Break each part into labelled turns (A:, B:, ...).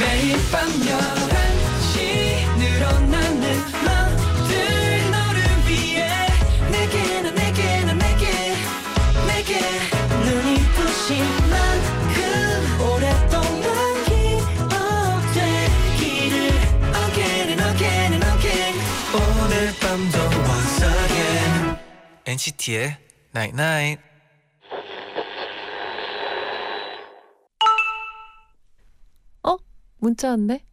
A: 매일 밤 11시 늘어나는 맘들 너를 위해 내게 난 내게 난 내게 내게 눈이 부신 만큼 오랫동안 기억되기를 Again and again and again 오늘 밤도 once again
B: NCT의 Night Night.
C: 어? 문자 왔네?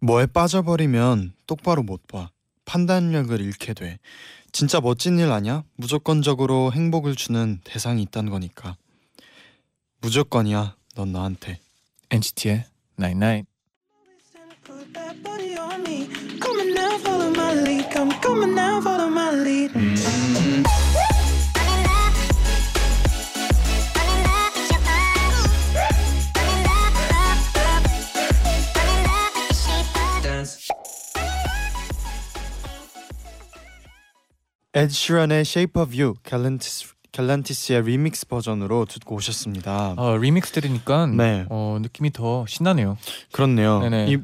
D: 뭐에 빠져버리면 똑바로 못 봐. 판단력을 잃게 돼. 진짜 멋진 일 아냐? 무조건적으로 행복을 주는 대상이 있다는 거니까. 무조건이야. 넌 나한테.
B: NCT의 Night Night.
A: Put that body on me Come on now follow my lead Come come on now follow my lead
D: ed sheeran의 Shape of You, 갤런티스, 갤런티스의 리믹스 버전으로 듣고 오셨습니다.
B: 어 리믹스 들으니까
D: 네.
B: 어 느낌이 더 신나네요.
D: 그렇네요.
B: 네네.
D: 이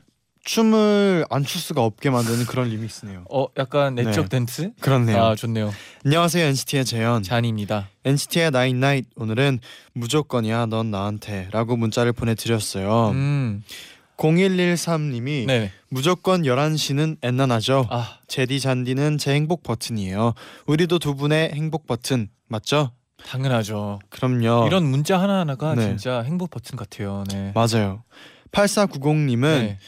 D: 춤을 안 출 수가 없게 만드는 그런 리믹스네요.
B: 어 약간
D: 네.
B: 내적 댄스?
D: 그렇네요.
B: 아 좋네요.
D: 안녕하세요 NCT의 재현.
B: 잔입니다.
D: NCT의 나인 나잇 오늘은 무조건이야 넌 나한테라고 문자를 보내드렸어요.
B: 음.
D: 0113님이
B: 네.
D: 무조건 11시는 엔나나죠.
B: 아
D: 제디 잔디는 제 행복 버튼이에요. 우리도 두 분의 행복 버튼 맞죠?
B: 당연하죠.
D: 그럼요.
B: 이런 문자 하나 하나가
D: 어. 네.
B: 진짜 행복 버튼 같아요. 네.
D: 맞아요. 8490님은
B: 네.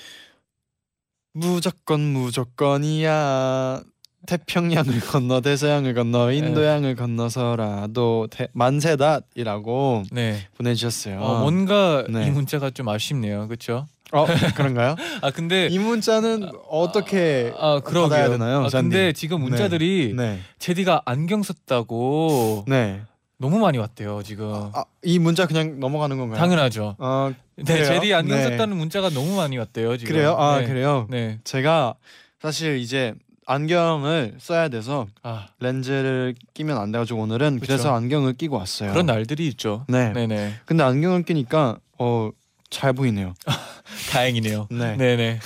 D: 무조건 무조건이야. 태평양을 건너 대서양을 건너
B: 네.
D: 인도양을 건너서라도 대- 만세다이라고
B: 네.
D: 보내주셨어요.
B: 어, 뭔가
D: 네.
B: 이 문자가 좀 아쉽네요. 그렇죠?
D: 어, 그런가요?
B: 아 근데
D: 이 문자는 어떻게
B: 아, 그러게요.
D: 받아야 되나요,
B: 아,
D: 잔디?
B: 근데 지금 문자들이
D: 네.
B: 제디가 안경 썼다고
D: 네.
B: 너무 많이 왔대요 지금.
D: 아, 이 문자 그냥 넘어가는 건가요?
B: 당연하죠.
D: 아,
B: 네,
D: 그래요?
B: 제디 안경
D: 네.
B: 썼다는 문자가 너무 많이 왔대요 지금.
D: 그래요? 아,
B: 네.
D: 그래요.
B: 네.
D: 제가 사실 이제 안경을 써야 돼서
B: 아
D: 렌즈를 끼면 안 돼가지고 오늘은
B: 그쵸.
D: 그래서 안경을 끼고 왔어요.
B: 그런 날들이 있죠.
D: 네.
B: 네. 네
D: 근데 안경을 끼니까 어 잘 보이네요.
B: 다행이네요.
D: 네.
B: 네. 네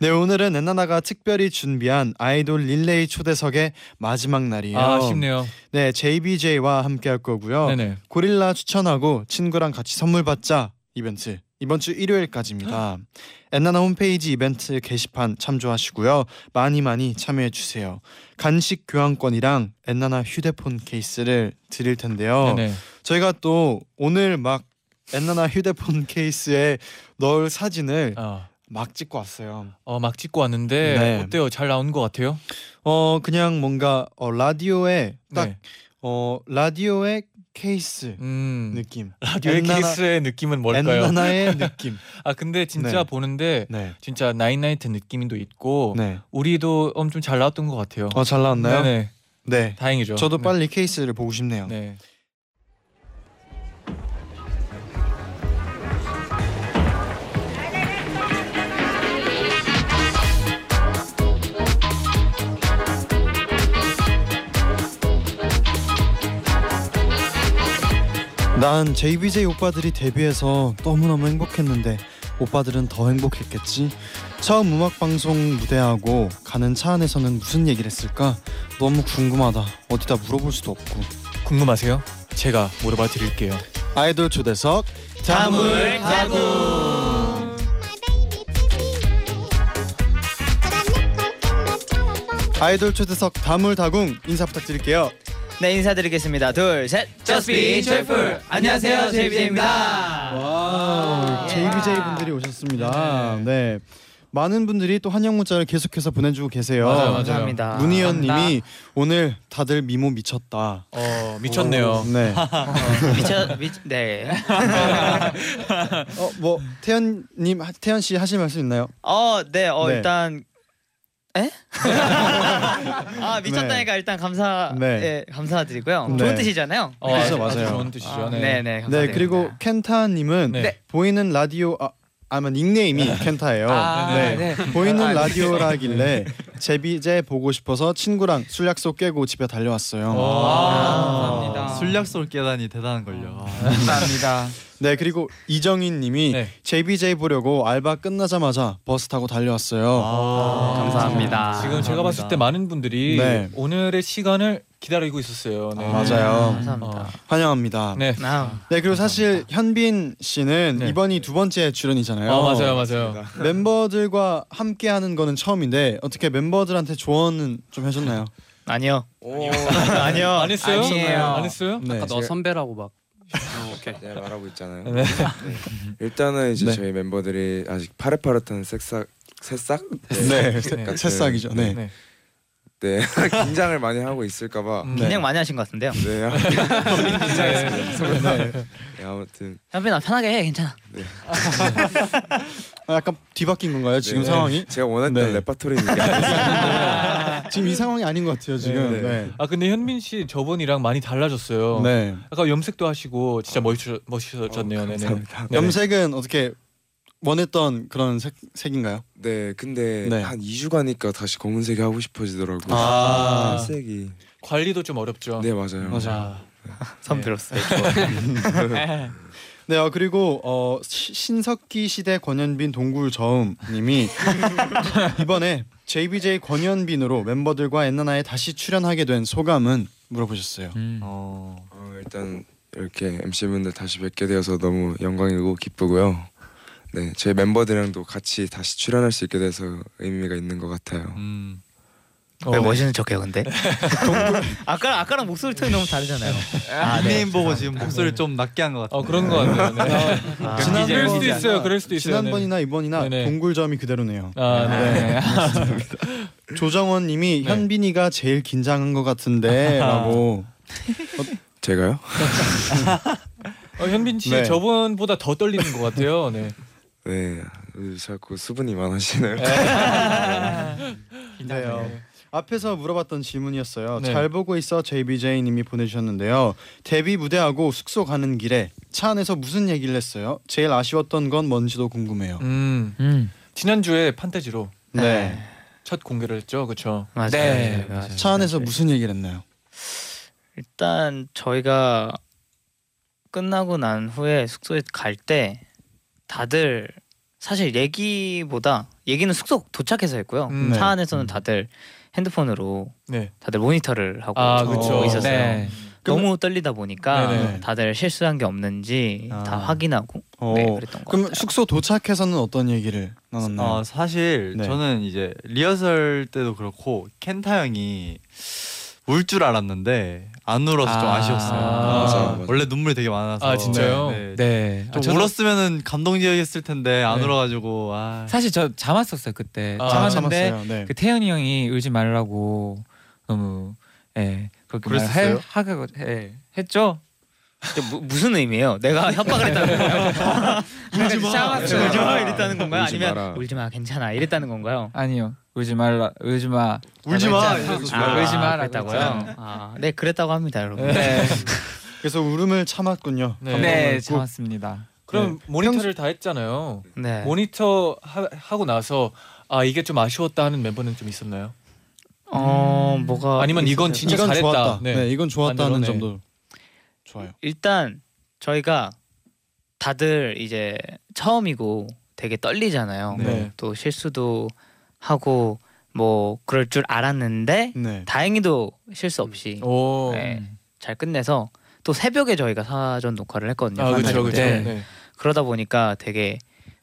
D: 네 오늘은 엔나나가 특별히 준비한 아이돌 릴레이 초대석의 마지막 날이에요.
B: 아, 아쉽네요.
D: 네 JBJ와 함께 할 거고요.
B: 네네.
D: 고릴라 추천하고 친구랑 같이 선물 받자 이벤트 이번 주 일요일까지입니다. 엔나나 홈페이지 이벤트 게시판 참조하시고요. 많이 많이 참여해 주세요. 간식 교환권이랑 엔나나 휴대폰 케이스를 드릴 텐데요.
B: 네네.
D: 저희가 또 오늘 막 엔나나 휴대폰 케이스에 넣을 사진을
B: 어.
D: 막 찍고 왔어요.
B: 어, 막 찍고 왔는데
D: 네.
B: 어때요? 잘 나온 것 같아요?
D: 어 그냥 뭔가 어, 라디오에 딱
B: 네.
D: 어, 라디오의 케이스
B: 음.
D: 느낌.
B: 라디오의
D: 엔나나-
B: 케이스의 느낌은 뭘까요?
D: 엔나나의 느낌.
B: 아 근데 진짜
D: 네.
B: 보는데
D: 네.
B: 진짜 나인나이트 느낌도 있고
D: 네.
B: 우리도 엄청 잘 나왔던 것 같아요.
D: 어 잘 나왔나요? 네
B: 네네. 다행이죠.
D: 저도
B: 네.
D: 빨리 케이스를 보고 싶네요.
B: 네.
D: 난 JBJ 오빠들이 데뷔해서 너무너무 행복했는데 오빠들은 더 행복했겠지. 처음 음악 방송 무대하고 가는 차 안에서는 무슨 얘기를 했을까? 너무 궁금하다. 어디다 물어볼 수도 없고.
B: 궁금하세요? 제가 물어봐 드릴게요.
D: 아이돌 초대석 자물 아이돌 초대석 다물다궁 인사 부탁드릴게요.
E: 네 인사드리겠습니다. 둘 셋.
A: Just be cheerful. 안녕하세요, JBJ입니다.
D: 와, JBJ 분들이 오셨습니다. 네. 많은 분들이 또 환영 문자를 계속해서 보내주고 계세요.
B: 맞아요, 맞아요.
E: 감사합니다.
D: 문희연님이 오늘 다들 미모 미쳤다.
B: 어 미쳤네요.
D: 네.
E: 미쳐 미쳐 네.
D: 어뭐 태연님 하- 태연 씨 하실 말씀 있나요?
E: 어, 네. 어
D: 네.
E: 일단 에? 아 미쳤다니까 일단 감사
D: 네.
E: 예, 감사드리고요.
D: 네.
E: 좋은 뜻이잖아요.
B: 어,
D: 그렇죠,
B: 아주- 아주
D: 맞아요.
B: 좋은 뜻이죠.
E: 아,
B: 네.
E: 네, 네. 감사드립니다.
D: 네 그리고 켄타님은
B: 네.
D: 보이는 라디오 아 아마 닉네임이 켄타예요.
E: 아,
D: 네.
E: 네.
D: 보이는
E: 아, 네.
D: 라디오라길래 제비제 보고 싶어서 친구랑 술 약속 깨고 집에 달려왔어요.
E: 아, 감사합니다. 아,
F: 술약소를 깨다니 대단한 걸요.
E: 감사합니다.
D: 네 그리고 이정희님이
B: 네.
D: JBJ 보려고 알바 끝나자마자 버스 타고 달려왔어요.
B: 아.
E: 감사합니다.
B: 지금 제가 봤을 때 많은 분들이
D: 네.
B: 오늘의 시간을 기다리고 있었어요. 네.
D: 아, 맞아요.
E: 감사합니다.
D: 환영합니다. 네.
B: 네.
E: 아,
D: 그리고 사실 현빈 씨는
B: 네.
D: 이번이 두 번째 출연이잖아요.
B: 아, 맞아요, 맞아요.
D: 멤버들과 함께하는 거는 처음인데 어떻게 멤버들한테 조언은 좀 해줬나요?
E: 아니요.
B: 아니요. 안 했어요?
E: 아니에요.
B: 안 했어요?
D: 네.
F: 너 선배라고 막
G: 제가 말하고 있잖아요.
B: 네.
G: 네. 일단은 이제
D: 네.
G: 저희 멤버들이 아직 파릇파릇한 색싹 새싹
D: 네.
G: 같은-
D: 새싹이죠. 네.
B: 네.
G: 네 긴장을 많이 하고 있을까봐
B: 음,
D: 네.
E: 긴장 많이 하신 것 같은데요.
G: 네
D: 네.
G: 네, 아무튼
E: 현빈아 편하게 해 괜찮아.
D: 아, 약간 뒤바뀐 건가요 지금
G: 네.
D: 상황이?
G: 제가 원했던
D: 네.
G: 레파토리니까
D: 지금 이 상황이 아닌 것 같아요 지금.
B: 네.
D: 네.
B: 아 근데 현민 씨 저번이랑 많이 달라졌어요.
D: 네.
B: 아까 염색도 하시고 진짜 멋있어 멋있어졌네요. 네네.
G: 감사합니다.
B: 네네.
D: 염색은 어떻게 원했던 그런 색 색인가요?
G: 네 근데
D: 네.
G: 한 2주 가니까 다시 검은색이 하고 싶어지더라고요
D: 아.
G: 흰색이
B: 관리도 좀 어렵죠.
G: 네 맞아요
B: 자,
E: 섬
B: 네.
E: 들었어요.
D: 네, 어, 그리고 어, 시- 신석기 시대 권현빈 동굴 저음님이 이번에 JBJ 권현빈으로 멤버들과 엔나나에 다시 출연하게 된 소감은 물어보셨어요.
B: 음.
G: 어, 일단 이렇게 MC분들 다시 뵙게 되어서 너무 영광이고 기쁘고요 네 저희 멤버들이랑도 같이 다시 출연할 수 있게 돼서 의미가 있는 것 같아요
B: 음.
E: 왜
B: 어.
E: 멋있는 척해요 근데? 네. 아까 아까랑 목소리 톤이 너무 다르잖아요. 아, 네.
H: 닉네임 보고 지금 목소리를 좀 낮게 한 것 같아요.
B: 어 그런 거 같네요. 네.
E: 아,
D: 지난번-
B: 그럴 수도 있어요. 그럴 수도 있어요. 네.
D: 지난번이나 이번이나
B: 네네.
D: 동굴 저음이 그대로네요.
B: 아, 네.
D: 조정원님이
B: 네.
D: 현빈이가 제일 긴장한 것 같은데라고.
G: 제가요?
B: 어, 현빈 씨
D: 네.
B: 저번보다 더 떨리는 것 같아요. 네.
G: 네 자꾸 수분이 많아지네요
D: 네요. 앞에서 물어봤던 질문이었어요.
B: 예. 네.
D: 잘 보고 있어 JBJ님이 보내주셨는데요. 데뷔 무대하고 숙소 가는 길에 차 안에서 무슨 얘기를 했어요? 제일 아쉬웠던 건 뭔지도 궁금해요.
B: 음.
E: 음.
B: 지난주에 판타지로
D: 네.
B: 첫 공개를 했죠. 그렇죠.
E: 맞아요.
B: 네.
E: 맞아요.
D: 차 안에서 무슨 얘기를 했나요?
E: 일단 저희가 끝나고 난 후에 숙소에 갈 때 다들 사실 얘기보다 얘기는 숙소 도착해서 했고요.
B: 음,
D: 네.
E: 차 안에서는 다들 핸드폰으로
B: 네.
E: 다들 모니터를 하고
B: 아,
D: 그쵸.
E: 있었어요.
B: 네.
E: 너무 떨리다 보니까
B: 네네.
E: 다들 실수한 게 없는지
D: 아.
E: 다 확인하고
D: 어.
E: 네,
B: 그렇죠.
E: 그랬던 것
D: 그럼
E: 같아요.
D: 숙소 도착해서는 어떤 얘기를 나눴나요?
H: 어, 사실
D: 네.
H: 저는 이제 리허설 때도 그렇고 켄타 형이 울 줄 알았는데 안 울어서 좀
B: 아.
H: 아쉬웠어요.
B: 아,
G: 맞아요, 맞아요.
H: 원래 눈물이 되게 많아서.
B: 아 진짜요?
H: 네.
F: 네.
H: 좀
F: 아, 저도
H: 울었으면은 감동적이었을 텐데 안
B: 네.
H: 울어가지고 아.
F: 사실 저 참았었어요 그때.
B: 아,
F: 참았는데
D: 참았어요. 네.
F: 그 태현이 형이 울지 말라고 너무 예 그렇게
H: 그랬었어요?
F: 말할 하가 예, 했죠.
E: 이게 무, 무슨 의미예요? 내가 협박을 했다는 건가요?
F: 울지 마.
E: 참았어.
F: 울지
E: 울지
F: 마.
E: 마 이랬다는 건가요?
G: 울지
E: 아니면
G: 마라.
E: 울지 마 괜찮아 이랬다는 건가요?
F: 아니요 울지 말라 울지 마.
H: 울지 마.
B: 네.
H: 이래서
E: 아,
D: 네.
F: 울지 마라
E: 그랬다고요?
F: 그랬잖아요.
E: 아, 네 그랬다고 합니다 여러분.
F: 네,
D: 그래서 울음을 참았군요.
B: 네.
F: 네 참았습니다.
B: 그럼 모니터를 다 했잖아요.
E: 네.
B: 모니터 하, 하고 나서 아 이게 좀 아쉬웠다 하는 멤버는 좀 있었나요?
E: 어
F: 음.
E: 뭐가
B: 아니면 이건
E: 있었어요?
B: 진짜
D: 이건
B: 잘했다.
D: 좋았다.
B: 네.
D: 네. 이건 좋았다는
B: 반대로네.
D: 점도 좋아요.
E: 일단 저희가 다들 이제 처음이고 되게 떨리잖아요.
B: 네.
E: 또 실수도 하고 뭐 그럴 줄 알았는데
D: 네.
E: 다행히도 실수
B: 음.
E: 없이
B: 오.
E: 네, 잘 끝내서 또 새벽에 저희가 사전 녹화를 했거든요.
B: 아
E: 판타지
B: 그렇죠
E: 때.
B: 그렇죠.
F: 네.
B: 네.
E: 그러다 보니까 되게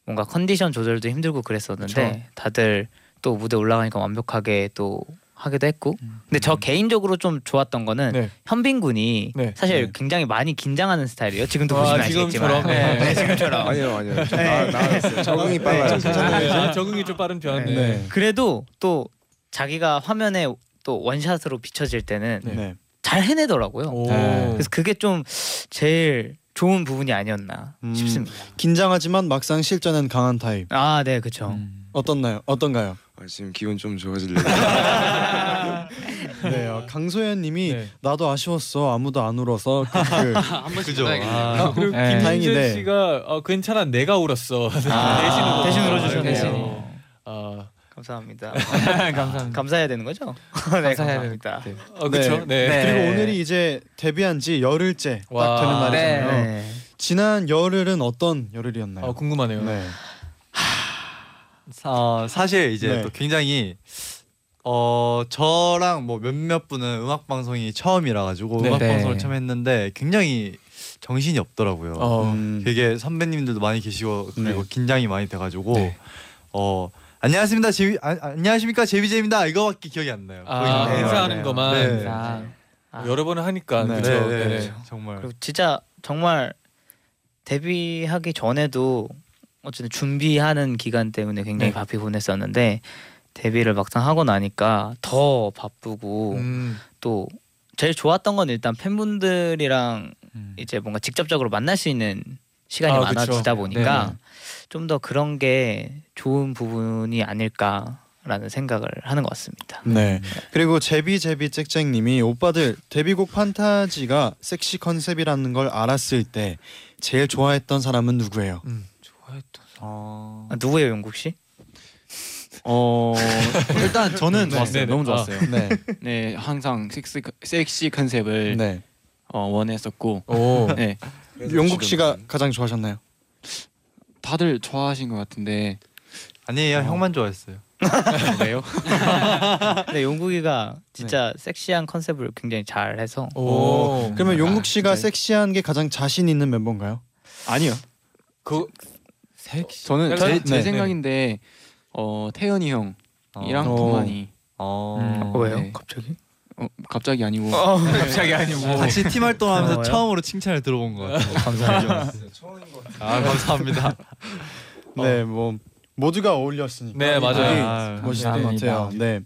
E: 뭔가 컨디션 조절도 힘들고 그랬었는데 다들 또 무대 올라가니까 완벽하게 또 하기도 했고 근데 저 개인적으로 좀 좋았던 거는
B: 음. 네.
E: 현빈 군이
B: 네.
E: 사실
D: 네.
E: 굉장히 많이 긴장하는 스타일이에요 지금도
B: 아,
E: 보시면
B: 지금처럼?
E: 아시겠지만
B: 네.
E: 네, 지금처럼
G: 아니요 아니요
I: 네.
G: 나, 나왔어요 적응이 빨라요
B: 네. 아, 적응이 좀 빠른 편. 네.
D: 네.
E: 그래도 또 자기가 화면에 또 원샷으로 비춰질 때는
D: 네. 네.
E: 잘 해내더라고요
B: 오.
F: 네.
E: 그래서 그게 좀 제일 좋은 부분이 아니었나
D: 음.
E: 싶습니다
D: 긴장하지만 막상 실전은 강한 타입.
E: 아 네 그쵸
D: 어떻나요? 어떤가요?
G: 아, 지금 기분 좀 좋아지려고
D: 네, 어, 강소연님이
B: 네.
D: 나도 아쉬웠어 아무도 안 울어서 그,
H: 그죠.
B: 아, 그리고
F: 네.
D: 다행이네.
B: 김민준 씨가 어, 괜찮아 내가 울었어
E: 아, 대신
B: 대신 울어
E: 울어주셨네요.
F: 대신.
B: 아,
E: 감사합니다
F: 감사합니다.
E: 감사해야 되는 거죠? 네,
F: 감사해야
E: 감사합니다.
F: 네.
B: 어, 그렇죠. 네.
F: 네.
D: 그리고 오늘이 이제 데뷔한 지 열흘째 딱
B: 와.
D: 되는 날이잖아요.
E: 네.
D: 지난 열흘은 어떤 열흘이었나요?
B: 어, 궁금하네요.
D: 네.
H: 어, 사실 이제
D: 네.
H: 또 굉장히 어 저랑 뭐 몇몇 분은 음악 방송이 처음이라 가지고
B: 네.
H: 음악
F: 네.
H: 방송을 처음 했는데 굉장히 정신이 없더라고요.
B: 어,
D: 음,
H: 되게 선배님들도 많이 계시고 그리고
D: 네.
H: 긴장이 많이 돼가지고
B: 네.
H: 어 안녕하십니다 제비 아, 안녕하십니까 제비제입니다 이거밖에 기억이 안 나요.
B: 아,
H: 거의
E: 인사-
H: 그냥.
B: 행사하는
E: 네.
B: 것만
H: 네.
E: 아, 아.
B: 여러 번을 하니까
D: 네.
B: 그렇죠.
H: 네,
B: 네,
H: 네,
B: 네.
H: 정말
E: 그리고 진짜 정말 데뷔하기 전에도 어쨌든 준비하는 기간 때문에 굉장히
B: 네.
E: 바삐 보냈었는데 데뷔를 막상 하고 나니까 더 바쁘고
B: 음,
E: 또 제일 좋았던 건 일단 팬분들이랑
F: 음.
E: 이제 뭔가 직접적으로 만날 수 있는 시간이
B: 아, 그쵸.
E: 많아지다 보니까
F: 네네.
E: 좀 더 그런 게 좋은 부분이 아닐까라는 생각을 하는 것 같습니다.
B: 음.
D: 네. 그리고 제비 제비 잭잭님이 오빠들 데뷔곡 판타지가 섹시 컨셉이라는 걸 알았을 때 제일 좋아했던 사람은 누구예요?
B: 음.
F: 어...
E: 아, 누구예요, 용국 씨?
D: 어 일단 저는
B: 네.
D: 좋았어요.
B: 네, 네.
D: 너무
B: 아.
D: 좋았어요. 네.
I: 네 항상 섹시, 섹시 컨셉을
D: 네.
I: 어, 원했었고
B: 오,
I: 네
D: 용국 씨가 가장 좋아하셨나요?
I: 다들 좋아하신 것 같은데
H: 아니에요 형만 좋아했어요.
I: 왜요?
E: 근데 네, 용국이가
B: 네.
E: 진짜 섹시한 컨셉을 굉장히 잘해서
B: 아. 오. 음.
D: 오. 그러면 용국 씨가
I: 아, 진짜요?
D: 섹시한 게 가장 자신 있는 멤버인가요?
I: 아니요
B: 그
F: 섹시
I: 저는 제,
D: 네,
I: 제
D: 네.
I: 생각인데 어, 태연이 형이랑
H: 어.
D: 어.
I: 동만이
H: 어.
F: 음.
E: 왜요?
I: 네.
E: 갑자기?
I: 어, 갑자기 아니고
B: 갑자기 아니고
H: 어. 같이 팀 활동하면서
E: 고마워요.
H: 처음으로 칭찬을 들어본 것 같아요. 감사합니다. 아 감사합니다.
D: 네, 뭐 모두가 어울렸으니까.
B: 네, 맞아요.
D: 아, 멋있는 것
F: 감사합니다.
D: 같아요. 네.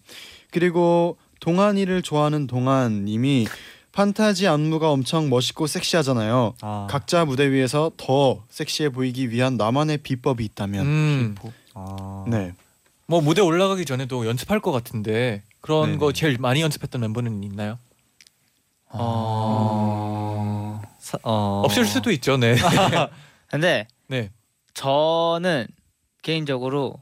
D: 그리고 동안이를 좋아하는 동안님이 판타지 안무가 엄청 멋있고 섹시하잖아요.
H: 아.
D: 각자 무대 위에서 더 섹시해 보이기 위한 나만의 비법이 있다면
B: 음,
H: 아.
D: 네
B: 뭐 무대 올라가기 전에도 연습할 것 같은데 그런
H: 네네.
B: 거 제일 많이 연습했던 멤버는 있나요?
H: 어... 사- 어...
B: 없을 수도 있죠, 네.
E: 근데
B: 네.
E: 저는 개인적으로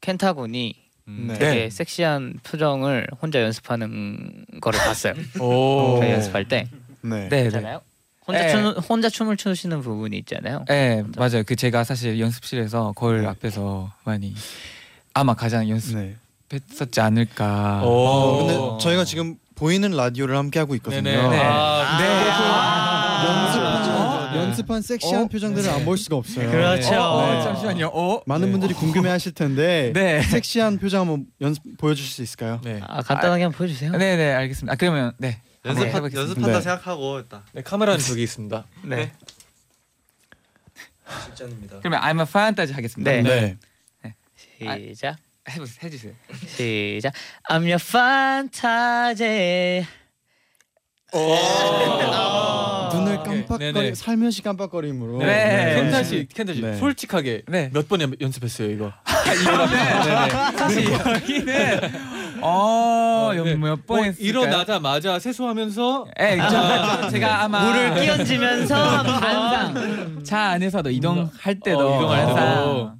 E: 켄타군이
H: 음.
D: 네.
E: 되게 섹시한 표정을 혼자 연습하는 거를 봤어요.
B: 오.
E: 저희 연습할 때
D: 네.
F: 네, 네.
E: 있잖아요. 혼자
F: 네.
E: 추는 혼자 춤을 추시는 부분이 있잖아요.
F: 네, 맞아요. 그 제가 사실 연습실에서 거울 앞에서 많이 아마 가장
D: 네.
F: 연습했었지
B: 오.
F: 않을까.
B: 네,
D: 어, 근데 저희가 지금 보이는 라디오를 함께 하고 있거든요.
B: 네네. 아,
E: 네.
D: 연습한,
E: 아.
D: 연습한 섹시한
F: 어?
D: 표정들을 안 볼 수가 없어요.
E: 그렇죠.
F: 어,
D: 네.
F: 잠시만요. 어?
D: 많은 분들이 궁금해하실 텐데
F: 네.
D: 섹시한 표정 한번 연습 보여주실 수 있을까요?
B: 네.
E: 아 간단하게 한번 보여주세요.
F: 네, 네, 알겠습니다. 아, 그러면 네.
H: 연습
F: 네, 해보겠습니다.
H: 연습한다
D: 네.
H: 생각하고 일단.
B: 네, 카메라는 저기 있습니다.
E: 네.
F: 그러면 I'm a fantasy 하겠습니다.
E: 네.
D: 네.
E: 시작
F: 해 보세요. 해 주세요.
E: 시작. I'm your fantasy. 어.
D: 눈을
E: 아,
D: 깜빡거리
B: 네네.
D: 살며시 깜빡거림으로.
F: 네. 네.
B: 켄타 씨, 켄타 씨
D: 네.
B: 솔직하게
F: 네. 아,
B: 몇 번에 연습했어요 이거? 아, 네,
F: 사실 여기는 어,
B: 네.
F: 네. 몇번
B: 뭐
F: 했을까요?
B: 일어나자마자 세수하면서
F: 예, 네,
B: 아,
F: 제가 아마
E: 물을 끼얹으면서
D: 아.
E: 항상
F: 차 안에서도 이동할 때도
B: 음, 어, 이동할 때도.
F: 항상,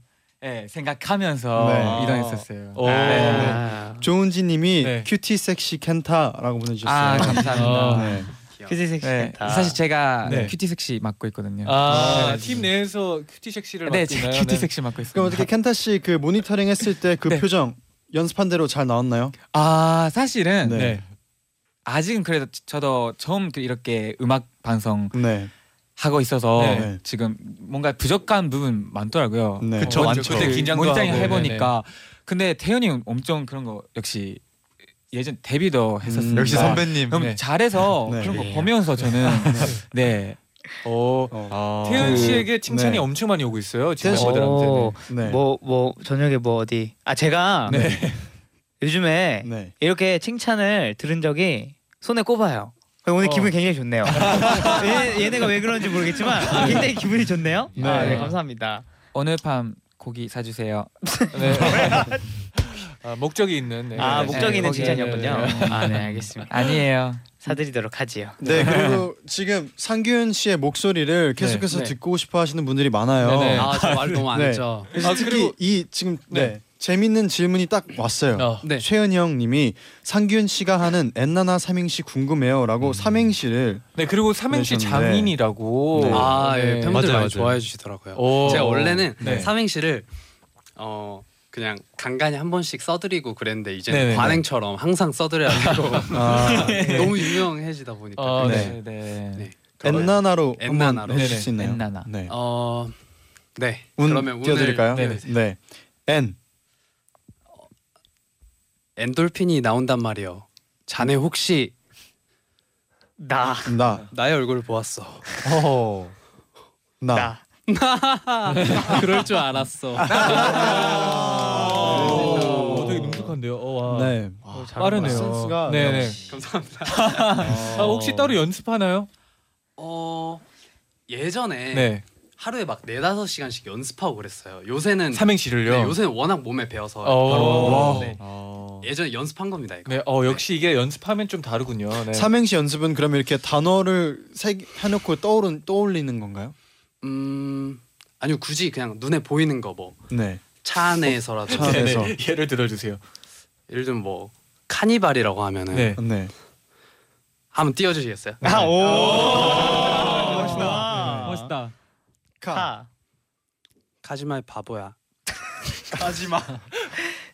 F: 예, 생각하면서
B: 어.
D: 네.
F: 이동했었어요.
B: 오.
E: 아,
D: 조은지님이
B: 네.
D: 큐티 섹시 켄타라고 보내주셨어요.
F: 아, 감사합니다.
D: 네.
E: 그지
F: 네,
E: 섹시했다.
F: 사실 제가
B: 네.
F: 큐티 섹시 맡고 있거든요.
B: 아, 팀 내에서 큐티 섹시를
F: 네,
B: 맡고
F: 제가
B: 있나요?
F: 큐티
B: 네.
F: 섹시 맡고 있습니다.
D: 그럼 어떻게 켄타 씨 그 모니터링 했을 때 그
F: 네.
D: 표정 연습한 대로 잘 나왔나요?
F: 아, 사실은
D: 네.
B: 네.
F: 아직은 그래도 저도 처음 그 이렇게 음악 방송
D: 네.
F: 하고 있어서
B: 네.
F: 지금 뭔가 부족한 부분 많더라고요.
D: 네.
B: 그쵸,
F: 먼저
B: 많죠.
F: 그때
B: 그 긴장도
F: 모니터링
B: 하고, 네.
F: 해보니까 근데 태현이 형 엄청 그런 거 역시 예전 데뷔도
D: 음.
F: 했었습니다.
H: 역시 선배님.
F: 너무
B: 음. 네.
F: 잘해서
D: 네.
F: 그런 거 보면서 저는 네.
B: 오.
H: 아.
B: 태연
D: 그-
B: 씨에게 칭찬이
D: 네.
B: 엄청 많이 오고 있어요. 지금
D: 태연 씨-
B: 멤버들한테.
E: 오,
D: 네.
E: 뭐, 뭐 저녁에 뭐 어디? 아 제가 요즘에
D: 네.
E: 이렇게 칭찬을 들은 적이 손에 꼽아요. 오늘
B: 어.
E: 기분이 굉장히 좋네요. 얘, 얘네가 왜 그런지 모르겠지만 굉장히 기분이 좋네요.
D: 네.
E: 아, 네 감사합니다.
F: 오늘 밤 고기 사주세요.
B: 네. 아, 목적이 있는. 네.
E: 아
B: 네.
E: 목적이 있는
F: 거기에-
E: 칭찬이었군요.
B: 네,
E: 아 네 알겠습니다.
F: 아니에요.
E: 사드리도록 하지요.
D: 네. 그리고 지금 상규현 씨의 목소리를 계속해서
I: 네.
D: 듣고 싶어 하시는 분들 이 많아요.
B: 네네.
I: 아저 말 너무 안
D: 네.
I: 했죠
D: 그래서
B: 아,
D: 특히
B: 그리고-
D: 이 지금 네. 재밌는 질문이 딱 왔어요.
B: 어.
I: 네.
D: 최은이 형님이 상균 씨가 하는 엔나나 삼행시 궁금해요라고 삼행시를
B: 네 그리고 삼행시
D: 보내셨는데.
B: 장인이라고.
D: 네.
J: 아, 예,
B: 네.
J: 팬분들
H: 뭐, 맞아요, 맞아요.
J: 많이 좋아해 주시더라고요.
B: 오.
J: 제가 원래는
B: 네.
J: 삼행시를 어 그냥 간간히 한 번씩 써드리고 그랬는데 이제
B: 네네네.
J: 는 관행처럼 항상 써드려야 되고
B: 아,
J: 너무 유명해지다 보니까
B: 아,
J: 그게
B: 네.
F: 네. 네.
J: 네.
D: 엔나나로
J: 엔나나로.
D: 한번 해주실 수 있나요?
F: 엔나나.
D: 네.
J: 어, 네.
D: 운
J: 그러면
D: 띄워드릴까요?
J: 오늘
B: 네네.
D: 네. 엔
J: 엔돌핀이 나온단 말이요. 자네 혹시 나
D: 나.
J: 나의 얼굴을 보았어.
D: 어. 나. 나.
J: 그럴 줄 알았어.
H: 아.
B: 어, 되게 능숙한데요. 어, 와.
D: 네.
B: 어, 잘 빠르네요.
D: 센스가
B: 네네.
J: 감사합니다.
B: 아, 혹시 따로 연습하나요?
J: 어 예전에
B: 네.
J: 하루에 막 네다섯 시간씩 연습하고 그랬어요. 요새는
B: 삼행시를요.
J: 네, 요새는 워낙 몸에 배워서
B: 어.
J: 바로
B: 와우.
J: 네. 예전에 연습한 겁니다 이거.
B: 네, 어 역시 이게 연습하면 좀 다르군요. 네.
D: 삼행시 연습은 그러면 이렇게 단어를 세 해놓고 떠오른 떠올리는 건가요?
J: 음 아니요 굳이 그냥 눈에 보이는 거 뭐 차
D: 네.
J: 안에서라도 네.
D: 차 안에. 그래서.
B: 네, 예를 들어주세요.
J: 예를 들면 뭐 카니발이라고 하면은
B: 네.
D: 네.
J: 한번 띄워주시겠어요?
D: 아 오.
E: 네.
B: 멋있다. 멋있다.
D: 카.
J: 카지마의 바보야.